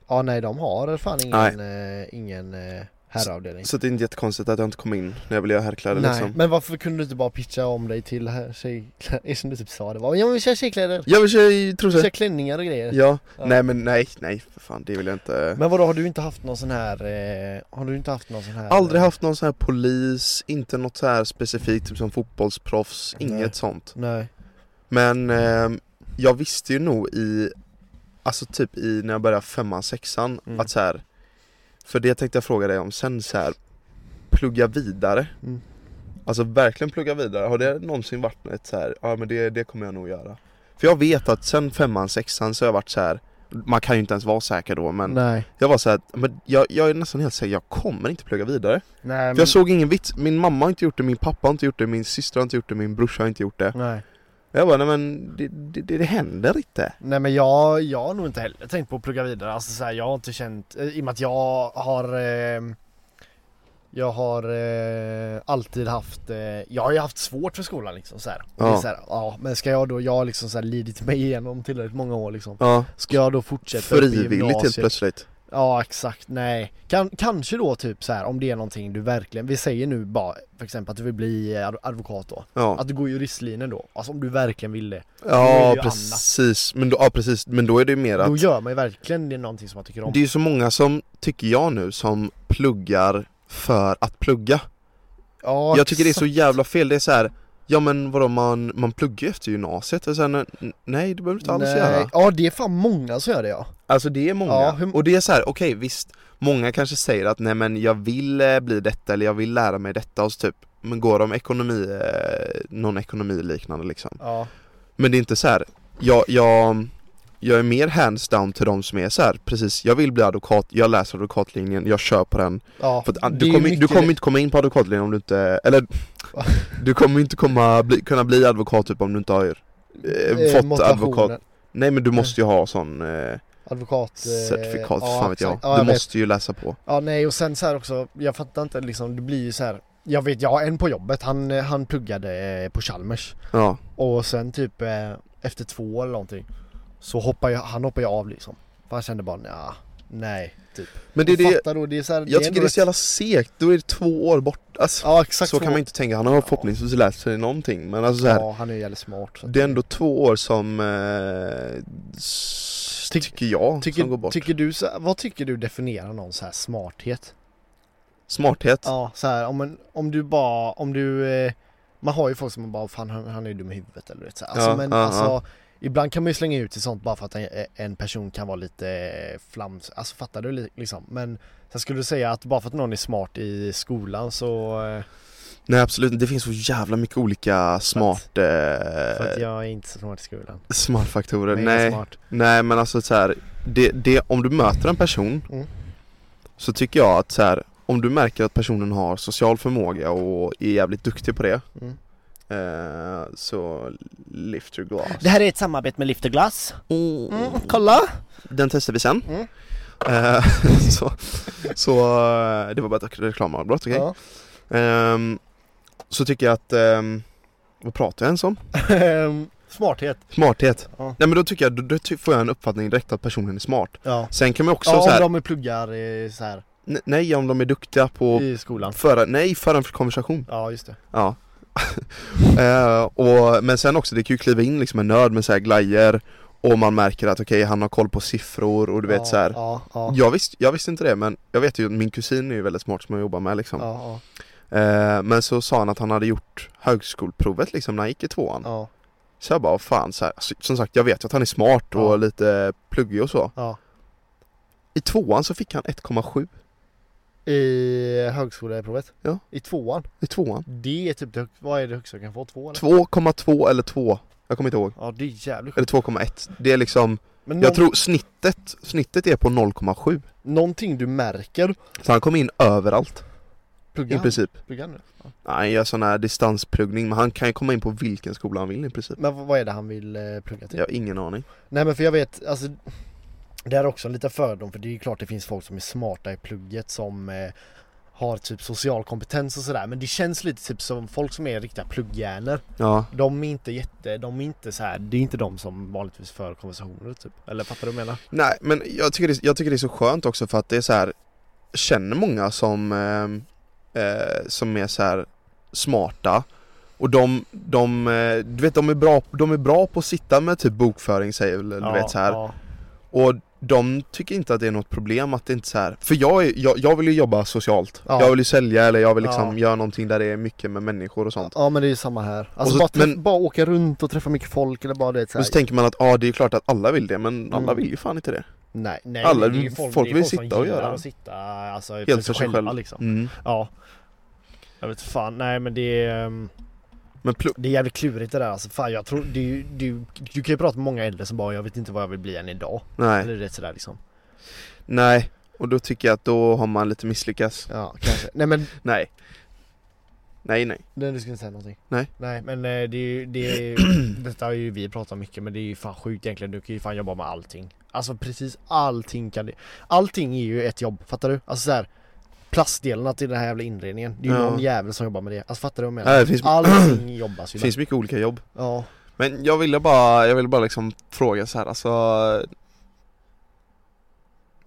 S2: Ja, nej de har fan ingen, eh, ingen eh, herravdelning.
S1: Så det är inte jättekonstigt att jag inte kom in när jag ville göra herrkläder
S2: Nej,
S1: liksom.
S2: men varför kunde du inte bara pitcha om dig till här tjejkläder? Som du typ sa det var, ja men vi kör tjejkläder,
S1: Jag vill tjej,
S2: vi kör
S1: trosor.
S2: klänningar och grejer
S1: Ja.
S2: Ja.
S1: nej men nej, nej för fan det vill jag inte.
S2: Men vadå, har du inte haft någon sån här, eh, har du inte haft någon sån här?
S1: Aldrig haft någon sån här polis, inte något så här specifikt typ som fotbollsproffs,
S2: Nej.
S1: inget sånt.
S2: Nej,
S1: Men ehm, jag visste ju nog i, alltså typ i när jag började femman, sexan
S2: Mm.
S1: att så här. För det tänkte jag fråga dig om sen så här. Plugga vidare
S2: Mm.
S1: Alltså verkligen plugga vidare, har det någonsin varit ett så här, ja men det, det kommer jag nog göra För jag vet att sen femman, sexan så har jag varit så här. Man kan ju inte ens vara säker då men
S2: nej
S1: jag var så här, men jag, jag är nästan helt säker, jag kommer inte plugga vidare
S2: Nej
S1: För jag såg ingen vits, min mamma har inte gjort det, min pappa har inte gjort det, min syster har inte gjort det, min brorsa har inte gjort det
S2: Nej,
S1: Eh, Jag bara, nej men det, det, det, det händer inte.
S2: Nej men jag, jag har nog inte heller tänkt på att plugga vidare. Alltså så här, jag har inte känt, eh, i och med att jag har eh, Jag har eh, alltid haft, eh, jag har ju haft svårt för skolan liksom så här. Ja. Det är
S1: Ja.
S2: så här, ja men ska jag då, jag har liksom så här lidit mig igenom tillräckligt många år liksom.
S1: Ja,
S2: Ska jag då fortsätta upp i
S1: frivilligt helt
S2: gymnasiet?
S1: plötsligt.
S2: Ja exakt, nej. Kan, kanske då typ så här om det är någonting du verkligen, vi säger nu bara för exempel att du vill bli eh, ad- advokat då.
S1: Ja,
S2: Att du går juristlinjen då, alltså om du verkligen vill det. är
S1: ja
S2: det ju
S1: precis. Men då, ja, precis. Men då är det ju mer att
S2: Då gör man ju verkligen det någonting som man tycker om.
S1: Det är ju så många som, tycker jag nu, som pluggar för att plugga.
S2: ja,
S1: jag tycker det är
S2: exakt.
S1: så jävla fel. Det är så här, ja men vadå man, man pluggar ju efter gymnasiet. Och sen, n- nej det behöver du inte alls göra.
S2: Ja det är fan många som gör det ja.
S1: Alltså det är många.
S2: Ja, hur-
S1: Och det är så här, okej visst, många kanske säger att nej men jag vill eh, bli detta eller jag vill lära mig detta och så typ, men går de ekonomi, eh, någon ekonomi liknande liksom.
S2: Ja,
S1: Men det är inte så här. Jag, jag, jag är mer hands down till de som är så här. precis, jag vill bli advokat, jag läser advokatlinjen, jag kör på den.
S2: ja.
S1: För att, an-
S2: Det är
S1: du
S2: ju
S1: kommer du
S2: mycket-
S1: kommer inte komma in på advokatlinjen om du inte,
S2: [LAUGHS]
S1: eller
S2: Va?
S1: du kommer inte komma, bli, kunna bli advokat typ om du inte har eh,
S2: Eh,
S1: fått
S2: motivationen.
S1: advokat. Nej men du måste ju ha sån eh,
S2: Advokat... eh,
S1: certifikat, för
S2: ja,
S1: fan vet jag.
S2: exakt. Ja, jag
S1: du
S2: vet.
S1: måste ju läsa på.
S2: Ja nej och sen så här också, jag fattar inte liksom, det blir ju så här. Jag vet, jag har en på jobbet, han, eh, han pluggade eh, på Chalmers.
S1: Ja,
S2: Och sen typ eh, efter två år eller någonting Så hoppar jag, han hoppar ju av liksom. För han kände bara nja, nej.
S1: men det är det,
S2: fattar då, det är så här,
S1: jag
S2: är
S1: tycker
S2: ändå
S1: det är
S2: ett-
S1: så jävla segt, då är det två år bort. Alltså,
S2: Ja exakt
S1: så kan man inte tänka, han har förhoppningsvis läst sig någonting men alltså så här,
S2: Ja han är ju jävligt smart. Så.
S1: Det är ändå två år som, eh, s-
S2: Tyck-
S1: tycker jag, som går
S2: Tycker,
S1: bort.
S2: tycker du, så, här- vad tycker du definierar någon så här smarthet?
S1: Smarthet.
S2: Ja, så här, om, en, om du bara, om du, eh, man har ju folk som bara, fan han, han är ju dum i huvudet eller du vet så här. Alltså,
S1: Ja,
S2: men
S1: ja,
S2: alltså,
S1: ja.
S2: ibland kan man ju slänga ut till sånt bara för att en, en person kan vara lite eh, flams, alltså fattar du li- liksom? Men sen skulle du säga att bara för att någon är smart i skolan så, eh,
S1: Nej absolut inte. det finns så jävla mycket olika smart,
S2: för att
S1: eh,
S2: jag är inte så smart i skolan.
S1: smartfaktorer.
S2: Men jag är
S1: Nej.
S2: smart.
S1: Nej men alltså så här, det, det, om du möter en person
S2: Mm.
S1: så tycker jag att så här, om du märker att personen har social förmåga och är jävligt duktig på det
S2: Mm.
S1: eh, så lift your glass.
S2: Det här är ett samarbete med Lifterglass.
S1: Mm.
S2: kolla!
S1: Den testar vi sen.
S2: Mm.
S1: Eh, [LAUGHS] så, så eh, det var bara ett reklamavbrott, okej?
S2: Ja. [LAUGHS]
S1: Ehm, så tycker jag att, ehm, vad pratar jag ens om?
S2: Ehm, Smarthet.
S1: Smarthet.
S2: Ja.
S1: Nej men då tycker jag, då, då ty- får jag en uppfattning direkt att personen är smart.
S2: Ja.
S1: Sen kan man också så
S2: Ja,
S1: här,
S2: om de pluggar eh, så här
S1: ne- nej om de är duktiga på
S2: i skolan.
S1: föra, nej föra en konversation.
S2: Ja, just det.
S1: Ja. [LAUGHS] Eh, och, men sen också, det kan ju kliva in liksom en nörd med så här glajer och man märker att okej han har koll på siffror och du
S2: ja,
S1: vet så här.
S2: Ja, ja.
S1: Jag, visst, jag visste inte det men jag vet ju att min kusin är ju väldigt smart som jag jobbar med liksom.
S2: Ja,
S1: Eh, men så sa han att han hade gjort högskolprovet liksom när han gick i tvåan.
S2: ja,
S1: Så jag bara, fan så här, alltså, som sagt jag vet ju att han är smart och
S2: Ja.
S1: lite pluggig och så.
S2: ja,
S1: I tvåan så fick han 1,7
S2: ja. I högskoleprovet?
S1: Ja.
S2: I tvåan?
S1: i tvåan.
S2: Det är typ det, hög- vad är det högsta du kan få? Två eller?
S1: 2,2 eller 2, jag kommer inte ihåg.
S2: Ja det är jävligt sjukt.
S1: Eller 2,1. Det är liksom,
S2: Men någon,
S1: jag tror snittet, snittet är på 0,7.
S2: någonting du märker?
S1: Så han kom in överallt i
S2: Plugga
S1: princip.
S2: Plugga nu. Ja.
S1: Nej, han gör sån här distanspluggning men han kan ju komma in på vilken skola han vill i princip.
S2: Men v- vad är det han vill eh, plugga till?
S1: Jag har ingen aning.
S2: Nej men för jag vet, alltså Det här är också en liten fördom för det är ju klart det finns folk som är smarta i plugget som eh, har typ social kompetens och sådär men det känns lite typ som folk som är riktiga plugghjärnor
S1: Ja,
S2: De är inte jätte, de är inte så här. det är inte de som vanligtvis för konversationer typ Eller fattar du vad jag menar?
S1: Nej, men jag tycker, det, jag tycker det är så skönt också för att det är så här känner många som, eh, eh, som är så här smarta och de, de, eh, du vet, de, är bra, de är bra på att sitta med typ bokföring säger väl, du vet så här.
S2: ja.
S1: Och de tycker inte att det är något problem att det inte så här. För jag, är, jag, jag vill ju jobba socialt.
S2: Ja.
S1: Jag vill ju sälja eller jag vill liksom
S2: Ja.
S1: göra någonting där det är mycket med människor och sånt.
S2: Ja men det är ju samma här. Alltså
S1: så-
S2: bara, träff,
S1: men-
S2: bara åka runt och träffa mycket folk eller bara det så
S1: Men
S2: här.
S1: så tänker man att ah, det är ju klart att alla vill det men alla
S2: Mm.
S1: vill ju fan inte det.
S2: Nej, nej
S1: alla-
S2: det är ju folk,
S1: folk
S2: det är
S1: vill
S2: som
S1: sitta och
S2: gillar
S1: göra.
S2: att sitta alltså,
S1: Helt för sig själv.
S2: liksom.
S1: Mm.
S2: Ja. Jag vet fan, nej men det är, ehm,
S1: Men plu-
S2: det är jävligt klurigt det där alltså. Fan jag tror, du, du, du kan ju prata med många äldre som bara jag vet inte vad jag vill bli än idag.
S1: nej.
S2: Eller det sådär liksom.
S1: Nej, och då tycker jag att då har man lite misslyckats.
S2: Ja kanske. Nej men
S1: Nej. Nej nej.
S2: Nej du skulle säga någonting?
S1: Nej.
S2: Nej men eh, det är ju, det är,
S1: [CLEARS THROAT]
S2: detta har ju vi pratat om mycket men det är ju fan sjukt egentligen, du kan ju fan jobba med allting. Alltså precis allting kan du, allting är ju ett jobb, fattar du? Alltså såhär, plastdelarna till den här jävla inredningen, det är ju
S1: Ja.
S2: någon jävel som jobbar med det. Alltså fattar du vad
S1: Nej,
S2: jag menar?
S1: det finns, [CLEARS THROAT]
S2: Allting jobbas ju
S1: det
S2: med.
S1: finns mycket olika jobb.
S2: Ja.
S1: Men jag ville bara, jag ville bara liksom fråga så här, alltså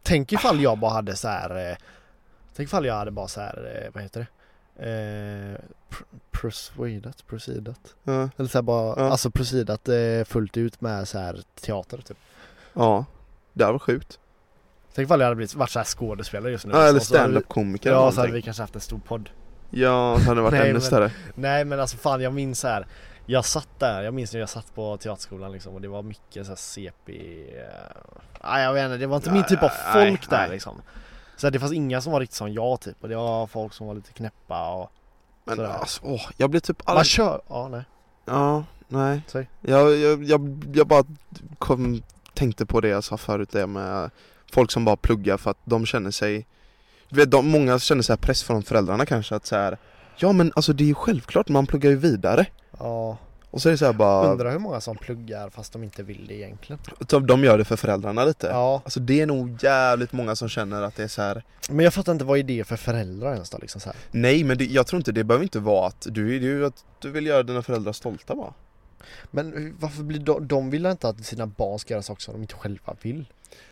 S2: Tänk ifall jag bara hade så här. Eh, tänk ifall jag hade bara så här. Eh, vad heter det? Eh, pr- persuadat, proceedat.
S1: ja,
S2: Eller så här bara,
S1: Ja.
S2: alltså proceedat eh, fullt ut med så här teater typ.
S1: ja. Det här var sjukt.
S2: Tänk ifall jag hade blivit, varit så här skådespelare just nu.
S1: Ja, eller
S2: Och så hade vi-
S1: stand-up komiker eller
S2: alltså, Ja, så hade
S1: någonting.
S2: vi kanske haft en stor podd.
S1: Ja, så hade det varit
S2: Nej,
S1: ännu
S2: men-
S1: större.
S2: Nej men alltså fan jag minns så här. Jag satt där, jag minns när jag satt på teaterskolan liksom och det var mycket så här CP... eh, Nej jag vet inte, det var inte min
S1: Nej,
S2: typ av folk
S1: nej,
S2: där
S1: nej.
S2: liksom. Så här, det fanns inga som var riktigt som jag typ och det var folk som var lite knäppa och...
S1: Men
S2: Sådär.
S1: alltså, åh, jag blir typ
S2: Man
S1: arg.
S2: kör! Ja nej.
S1: Ja, nej.
S2: Säg.
S1: Jag, jag, jag, jag bara kom, tänkte på det jag sa förut det med folk som bara pluggar för att de känner sig du vet, de, många känner så här press från föräldrarna kanske att så här, Ja men alltså det är ju självklart, man pluggar ju vidare
S2: Ja.
S1: Och så är det så här bara,
S2: Undrar hur många som pluggar fast de inte vill det egentligen.
S1: de- de gör det för föräldrarna lite
S2: Ja.
S1: Alltså det är nog jävligt många som känner att det är så här.
S2: Men jag fattar inte vad är det för föräldrar ens då liksom så här.
S1: Nej men det, jag tror inte, det behöver inte vara att du, det är ju att du vill göra dina föräldrar stolta bara
S2: Men hur- varför blir de, de vill inte att sina barn ska göra saker som de inte själva vill?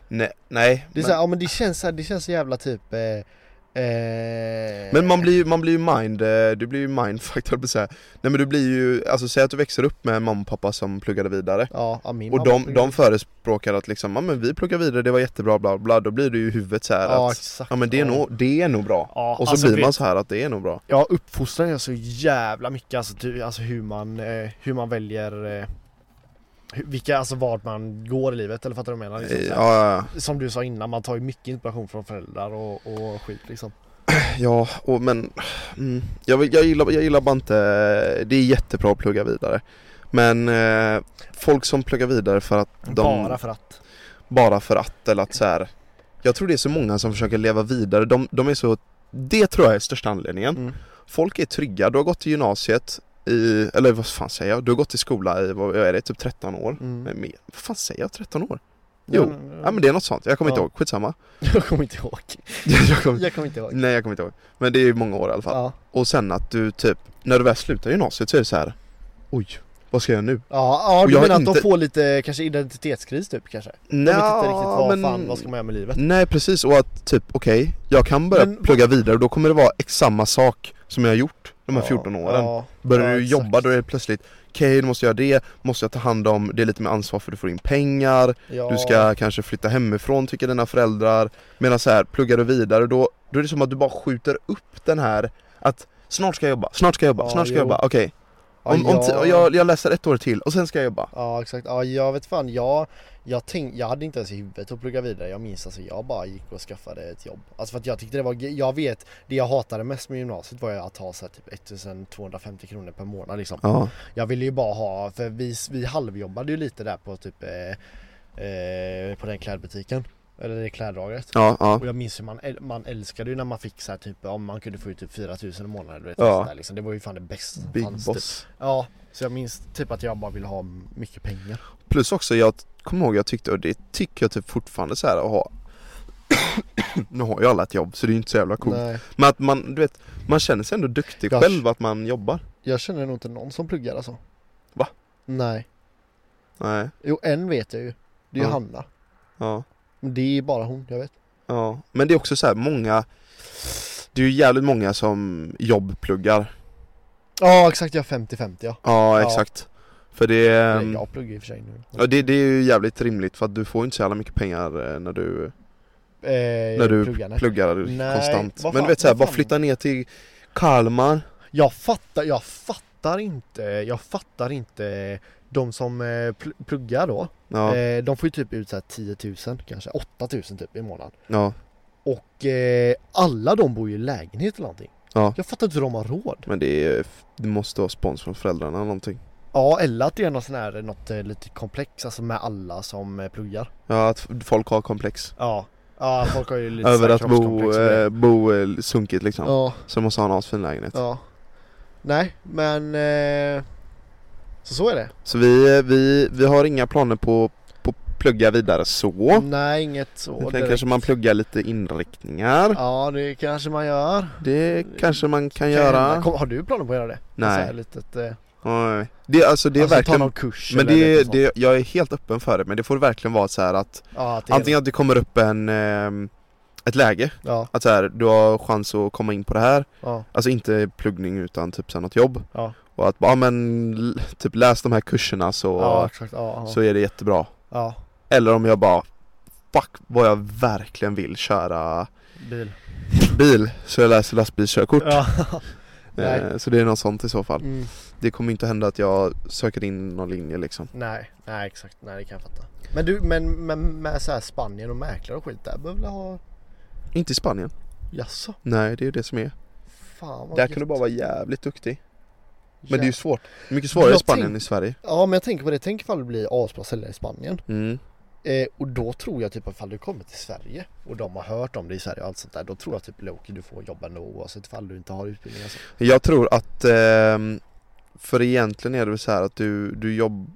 S1: Nej, nej
S2: Det
S1: men,
S2: är så här, ja men det känns så här, det känns så jävla typ eh, eh,
S1: men man blir ju, man blir ju mind, eh, du blir ju mindfucked höll jag på att säga. Nej men du blir ju, alltså säg att du växer upp med en mamma och pappa som pluggade vidare
S2: Ja, ja min
S1: Och
S2: mamma
S1: de,
S2: pluggade-
S1: de förespråkar att liksom, ja men vi pluggar vidare, det var jättebra bla bla, då blir du ju i huvudet så här
S2: Ja
S1: att
S2: exakt
S1: Ja men det är, nog, det är nog bra
S2: Ja,
S1: Och så
S2: alltså,
S1: blir man
S2: vet-
S1: så här att det är nog bra
S2: Ja uppfostran är så jävla mycket alltså, du, alltså hur man, eh, hur man väljer eh, hur- vilka, alltså vart man går i livet eller fattar du vad jag menar? Liksom,
S1: Eh,
S2: så här.
S1: Ja, ja, ja.
S2: Som du sa innan, man tar ju mycket inspiration från föräldrar och, och skit liksom
S1: Ja, och men mm, jag, vill- jag, gillar, jag gillar bara inte, det är jättebra att plugga vidare Men eh, folk som pluggar vidare för att de,
S2: Bara för att
S1: bara för att eller att så här. Jag tror det är så många som försöker leva vidare, de, de är så, det tror jag är största anledningen
S2: Mm.
S1: Folk är trygga, du har gått till gymnasiet i, eller vad fan säger jag, du har gått i skola i, vad är det, typ 13 år?
S2: mm.
S1: Nej, men, vad fan säger jag, 13 år? Jo, ja,
S2: men,
S1: men det är något sånt, jag kommer
S2: Ja.
S1: inte ihåg, skitsamma [LAUGHS]
S2: [LAUGHS] Jag kommer inte ihåg
S1: jag kommer,
S2: Jag kommer
S1: [LAUGHS]
S2: inte ihåg
S1: Nej jag kommer inte ihåg, men det är ju många år i alla fall
S2: Ja,
S1: och sen att du typ, när du väl slutar gymnasiet så är det så här. Oj, vad ska jag nu?
S2: ja, ja
S1: Och
S2: du
S1: jag har
S2: menar att de
S1: inte-
S2: får lite kanske identitetskris typ kanske? De vet inte riktigt vad fan, vad ska man göra med livet?
S1: Nej precis, och att typ okej, jag kan börja
S2: Men-
S1: plugga vidare och då kommer det vara ex- samma sak som jag har gjort de här
S2: Ja,
S1: 14 åren
S2: ja,
S1: Börjar
S2: ja,
S1: du
S2: exakt.
S1: jobba då är det plötsligt Okej, då måste jag göra det, måste jag ta hand om, det är lite mer ansvar för du får in pengar
S2: Ja.
S1: Du ska kanske flytta hemifrån tycker dina föräldrar Medan så här, pluggar du vidare då, då är det som att du bara skjuter upp den här Att snart ska jag jobba, snart ska jag jobba,
S2: Ja,
S1: snart ska
S2: jo.
S1: jag jobba, okej
S2: Ja,
S1: om, om ti-
S2: jag-
S1: och jag, jag läser ett år till och sen ska jag jobba
S2: Ja exakt, ja jag vet fan jag, jag, tänk, jag hade inte ens i huvudet att plugga vidare Jag minns alltså jag bara gick och skaffade ett jobb Alltså för att jag tyckte det var, ge- jag vet Det jag hatade mest med gymnasiet var ju att ha så här typ 1250 kronor per månad liksom
S1: Ja,
S2: Jag ville ju bara ha, för vi, vi halvjobbade ju lite där på typ eh, eh, På den klädbutiken Eller det klädlagret
S1: ja, ja
S2: och jag minns ju man, äl- man älskade ju när man fick så här typ om man kunde få ut typ 4000 i månaden du vet,
S1: Ja.
S2: så där, liksom. Det var ju fan det bästa som
S1: Big
S2: fanns, typ.
S1: boss
S2: Ja, så jag minns typ att jag bara ville ha mycket pengar
S1: Plus också, jag kommer ihåg jag tyckte, och det tycker jag typ fortfarande så här att ha [COUGHS] Nu har ju alla ett jobb så det är ju inte så jävla coolt
S2: Nej,
S1: Men att man, du vet, man känner sig ändå duktig
S2: Jag-
S1: själv att man jobbar
S2: jag känner nog inte någon som pluggar alltså.
S1: Va?
S2: Nej.
S1: Nej,
S2: Jo, en vet jag ju. Det är ju
S1: Ja.
S2: Hanna.
S1: ja,
S2: Men det är bara hon, jag vet.
S1: ja Men det är också så här, många Det är ju jävligt många som jobbpluggar
S2: Ja, exakt. Jag är 50-50 ja.
S1: Ja,
S2: Ja.
S1: exakt För det,
S2: Nej,
S1: är-
S2: jag pluggar i och för sig nu.
S1: Ehm. ja, det, det är ju jävligt rimligt för att du får ju inte så jävla mycket pengar eh, när du
S2: Eh,
S1: när du
S2: pluggar, nej.
S1: pluggar
S2: Nej,
S1: konstant.
S2: vad
S1: Men
S2: fan-
S1: du vet såhär,
S2: vad
S1: bara
S2: fan?
S1: flytta ner till Kalmar.
S2: Jag fattar, jag fattar inte, jag fattar inte de som eh, pl- pluggar då.
S1: Ja,
S2: Eh, de får ju typ ut så här 10 000 kanske, 8 000 typ i månaden.
S1: ja.
S2: Och eh, alla de bor ju i lägenhet eller någonting.
S1: Ja.
S2: Jag fattar inte hur de har råd.
S1: Men det, är, det måste vara spons från föräldrarna eller någonting.
S2: Ja, eller att det är något sån här, något eh, lite komplex, alltså med alla som eh, pluggar.
S1: Ja, att f- folk har komplex.
S2: Ja. Ja, folk har ju lite
S1: Över
S2: så här
S1: att bo,
S2: kroppskomplex och grejer.
S1: eh, bo eh, sunkigt liksom.
S2: Ja,
S1: Så måste ha en asfin lägenhet.
S2: ja. Nej, men... Eh, så så är det.
S1: Så vi, eh, vi, vi har inga planer på på att plugga vidare så.
S2: Nej, inget så.
S1: Utan
S2: Mm. direkt.
S1: kanske man pluggar lite inriktningar.
S2: Ja, det kanske man gör.
S1: Det kanske man kan
S2: Kan
S1: göra.
S2: hända. Kom, har du planer på att göra det? Så här
S1: Nej.
S2: litet, eh,
S1: Nej. Det, alltså, det är
S2: alltså ta
S1: verkligen
S2: någon kurs
S1: men
S2: eller
S1: det,
S2: lite sånt.
S1: det, jag är helt öppen för det men det får verkligen vara så här att
S2: Ja, att det är-
S1: antingen att det kommer upp en, ehm, ett läge,
S2: Ja,
S1: att så här, du har chans att komma in på det här,
S2: ja,
S1: alltså inte pluggning utan typ så här något jobb.
S2: Ja.
S1: Och att ja men l- typ läs de här kurserna så,
S2: ja, exakt. Ja, ja,
S1: så är det jättebra.
S2: ja.
S1: Eller om jag bara Fuck vad jag verkligen vill köra
S4: Bil.
S1: bil så jag läser lastbilskörkort. [LAUGHS]
S2: Ja. nej.
S1: Eh, Så det är något sånt i så fall.
S2: Mm.
S1: Det kommer inte hända att jag söker in någon linje liksom.
S4: Nej, nej exakt. Nej det kan jag fatta.
S2: Men du, men, men med så här Spanien och mäklare och skit där behöver väl ha...
S1: Inte i Spanien.
S2: Jaså?
S1: Nej det är ju det som är.
S2: Fan vad
S1: Där
S2: gött.
S1: kan du bara vara jävligt duktig. Men det är
S2: Jä-
S1: ju svårt. Mycket svårare i
S2: Jag
S1: Spanien
S2: tänk-
S1: än i Sverige.
S2: Ja men jag tänker på det, tänk ifall du blir asbra säljare i Spanien.
S1: Mm.
S2: Eh, och då tror jag typ ifall du kommer till Sverige och de har hört om det i Sverige och allt sånt där. Då tror jag typ Loki du får jobba ändå oavsett ifall du inte har utbildning alltså.
S1: Jag tror att ehm, För egentligen är det väl så här att du, du, jobb,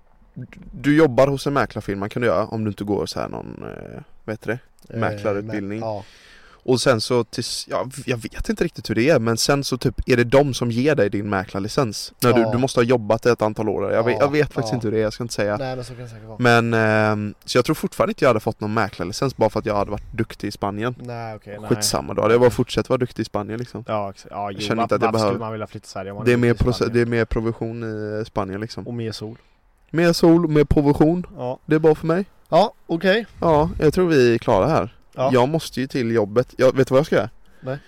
S1: du jobbar hos en mäklarfirma kan du göra om du inte går så här någon eh, Vad heter det?
S2: Eh,
S1: Mäklarutbildning.
S2: men- Ja.
S1: Och sen så, tills, ja, jag vet inte riktigt hur det är men sen så typ är det de som ger dig din mäklarlicens. När du,
S2: Ja.
S1: du måste ha jobbat ett antal år. Jag, vet,
S2: Ja,
S1: jag vet faktiskt
S2: ja.
S1: inte hur det är, jag ska inte säga.
S2: Nej men så kan det säkert vara.
S1: Men, ehm, så jag tror fortfarande inte jag hade fått någon mäklarlicens bara för att jag hade varit duktig i Spanien.
S4: Nej okej. nej.
S1: Skitsamma då, det var fortsätt vara duktig i Spanien liksom.
S4: Ja, exakt. ja jo,
S1: Jag känner inte att jag
S4: varför
S1: behöver-
S4: skulle man vilja flytta till Sverige om man
S1: Det är,
S4: inte
S1: mer
S4: till
S1: proce-
S4: Spanien?
S1: det är mer provision i Spanien liksom.
S4: Och
S2: E
S4: mer sol.
S1: Mer sol, mer provision.
S4: Ja.
S1: Det är bra för mig.
S2: Ja, okej.
S1: Ja, jag tror vi är klara här.
S4: Ja.
S1: Jag måste ju till jobbet. Jag, vet du vad jag ska göra?
S2: Nej.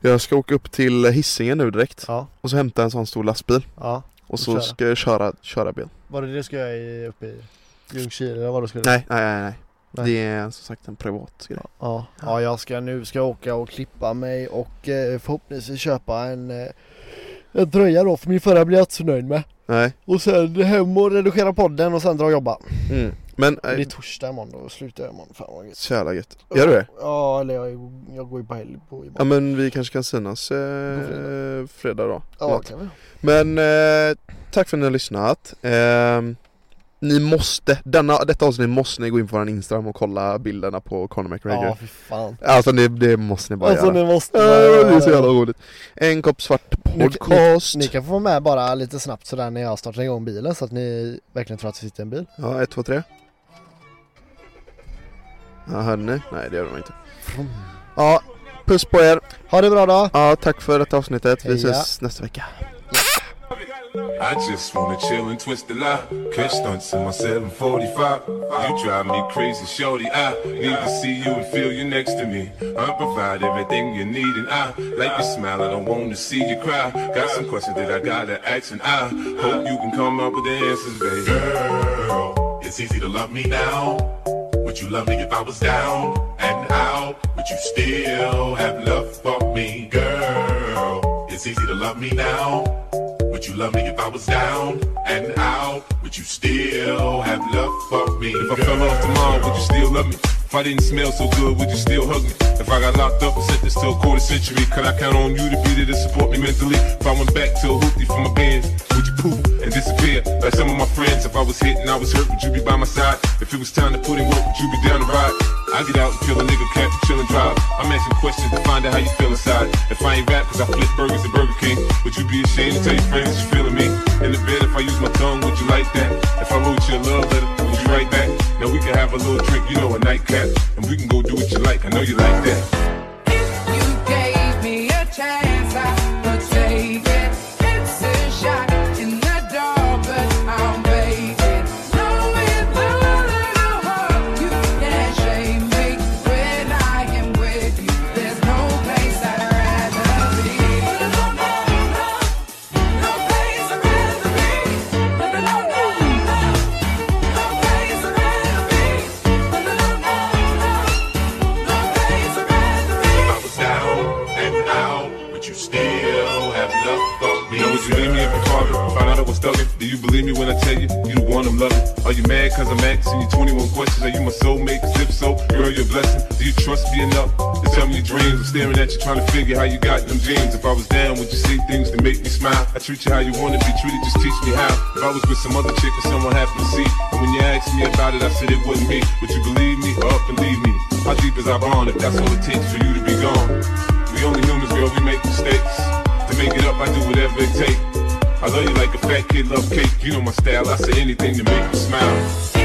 S1: Jag ska åka upp till Hisingen nu direkt.
S4: Ja.
S1: Och så hämta en sån stor lastbil.
S4: Ja.
S1: Och så
S2: köra.
S1: ska jag köra, köra bil.
S2: Var det det du ska göra i- uppe i Ljungskile eller vad du skulle
S1: Nej, nej, nej, nej.
S2: Nej.
S1: Det är som sagt en privat grej.
S2: Ja.
S4: Ja, jag ska nu ska jag åka och klippa mig
S2: Och eh, förhoppningsvis köpa en, eh, en tröja då för min förra blir jag inte så nöjd med.
S1: Nej.
S2: Och sen hem och redigera podden och sen dra och jobba.
S1: Mm. Men,
S2: Det är
S1: äh,
S2: torsdag imorgon då och slutar jag imorgon. Fan vad gött.
S1: så jävla gött. Gör du det?
S2: Ja, eller jag, jag går ju på helg
S1: Ja
S2: på imorgon.
S1: men vi kanske kan synas
S2: På
S1: eh, fredag då.
S2: Ja, kan vi.
S1: Men eh, tack för att ni har lyssnat. Ehm, ni måste, denna, detta avsnitt måste ni gå in på vår Instagram och kolla bilderna på Conor
S2: Ja,
S1: McGregor.
S2: fy fan.
S1: Alltså det, det måste ni bara
S2: Alltså
S1: göra.
S2: ni måste...
S1: Ja, det är så jävla roligt. En kopp svart
S2: Ni-
S1: podcast.
S2: Ni kan få vara med bara lite snabbt sådär när jag startar igång bilen så att ni verkligen tror att vi sitter i en bil.
S1: Ja, ett, två, tre. Ja, hörde ni? Nej, det gör de inte. Ja, puss på er.
S2: Ha det bra då!
S1: Ja, tack för detta avsnittet. Vi
S2: Heja.
S1: ses nästa vecka.
S5: I just wanna chill and twist the lie. Catch stunts in my 745. You drive me crazy, shorty. I need to see you and feel you next to me. I provide everything you need, and I like your smile. I don't wanna see you cry. Got some questions that I gotta ask, and I hope you can come up with the answers, baby.
S6: Girl, it's easy to love me now. Would you love me if I was down and out? Would you still have love for me? Girl, it's easy to love me now. Would you love me if I was down and out? Would you still have love for me?
S5: If I fell off tomorrow, would you still love me? If I didn't smell so good, would you still hug me? If I got locked up and sentenced to a quarter century, could I count on you to be there to support me mentally? If I went back to a hoopty for my bands, would you poof and disappear like some of my friends? If I was hit and I was hurt, would you be by my side? If it was time to put in work, would you be down to ride? I get out and kill a nigga, cap, chill and drive. I'm asking questions to find out how you feel inside. If I ain't rap, cause I flip burgers at Burger King, would you be ashamed to tell your friends you feeling me? In the bed, if I use my tongue, would you like that? If I wrote you a love letter, would you write back? Now we can have a little drink, you know, a nightcap, and we can go do what you like. I know you like that.
S7: You gave me a chance, I would take it. It's a shot in the dark, but I'll make it. Knowing all that I hurt you can't shame me when I am with you. There's no place I'd rather be. But I don't no place I'd rather be. But I don't no place I'd rather be. But I don't no place I'd rather be.
S5: believe me when I tell you, you the one I'm loving? Are you mad cause I'm asking you 21 questions? Are you my soulmate? 'Cause if so, girl, you're a blessing. Do you trust me enough to tell me your dreams? I'm staring at you trying to figure how you got them jeans. If I was down, would you say things to make me smile? I treat you how you want to be treated, just teach me how. If I was with some other chick or someone happened to see, and when you asked me about it, I said it wasn't me. Would you believe me or believe me? How deep is our bond if that's all it takes for you to be gone? We only humans, girl, we make mistakes. To make it up, I do whatever it takes. I love you like a fat kid love cake. You know my style. I say anything to make you smile.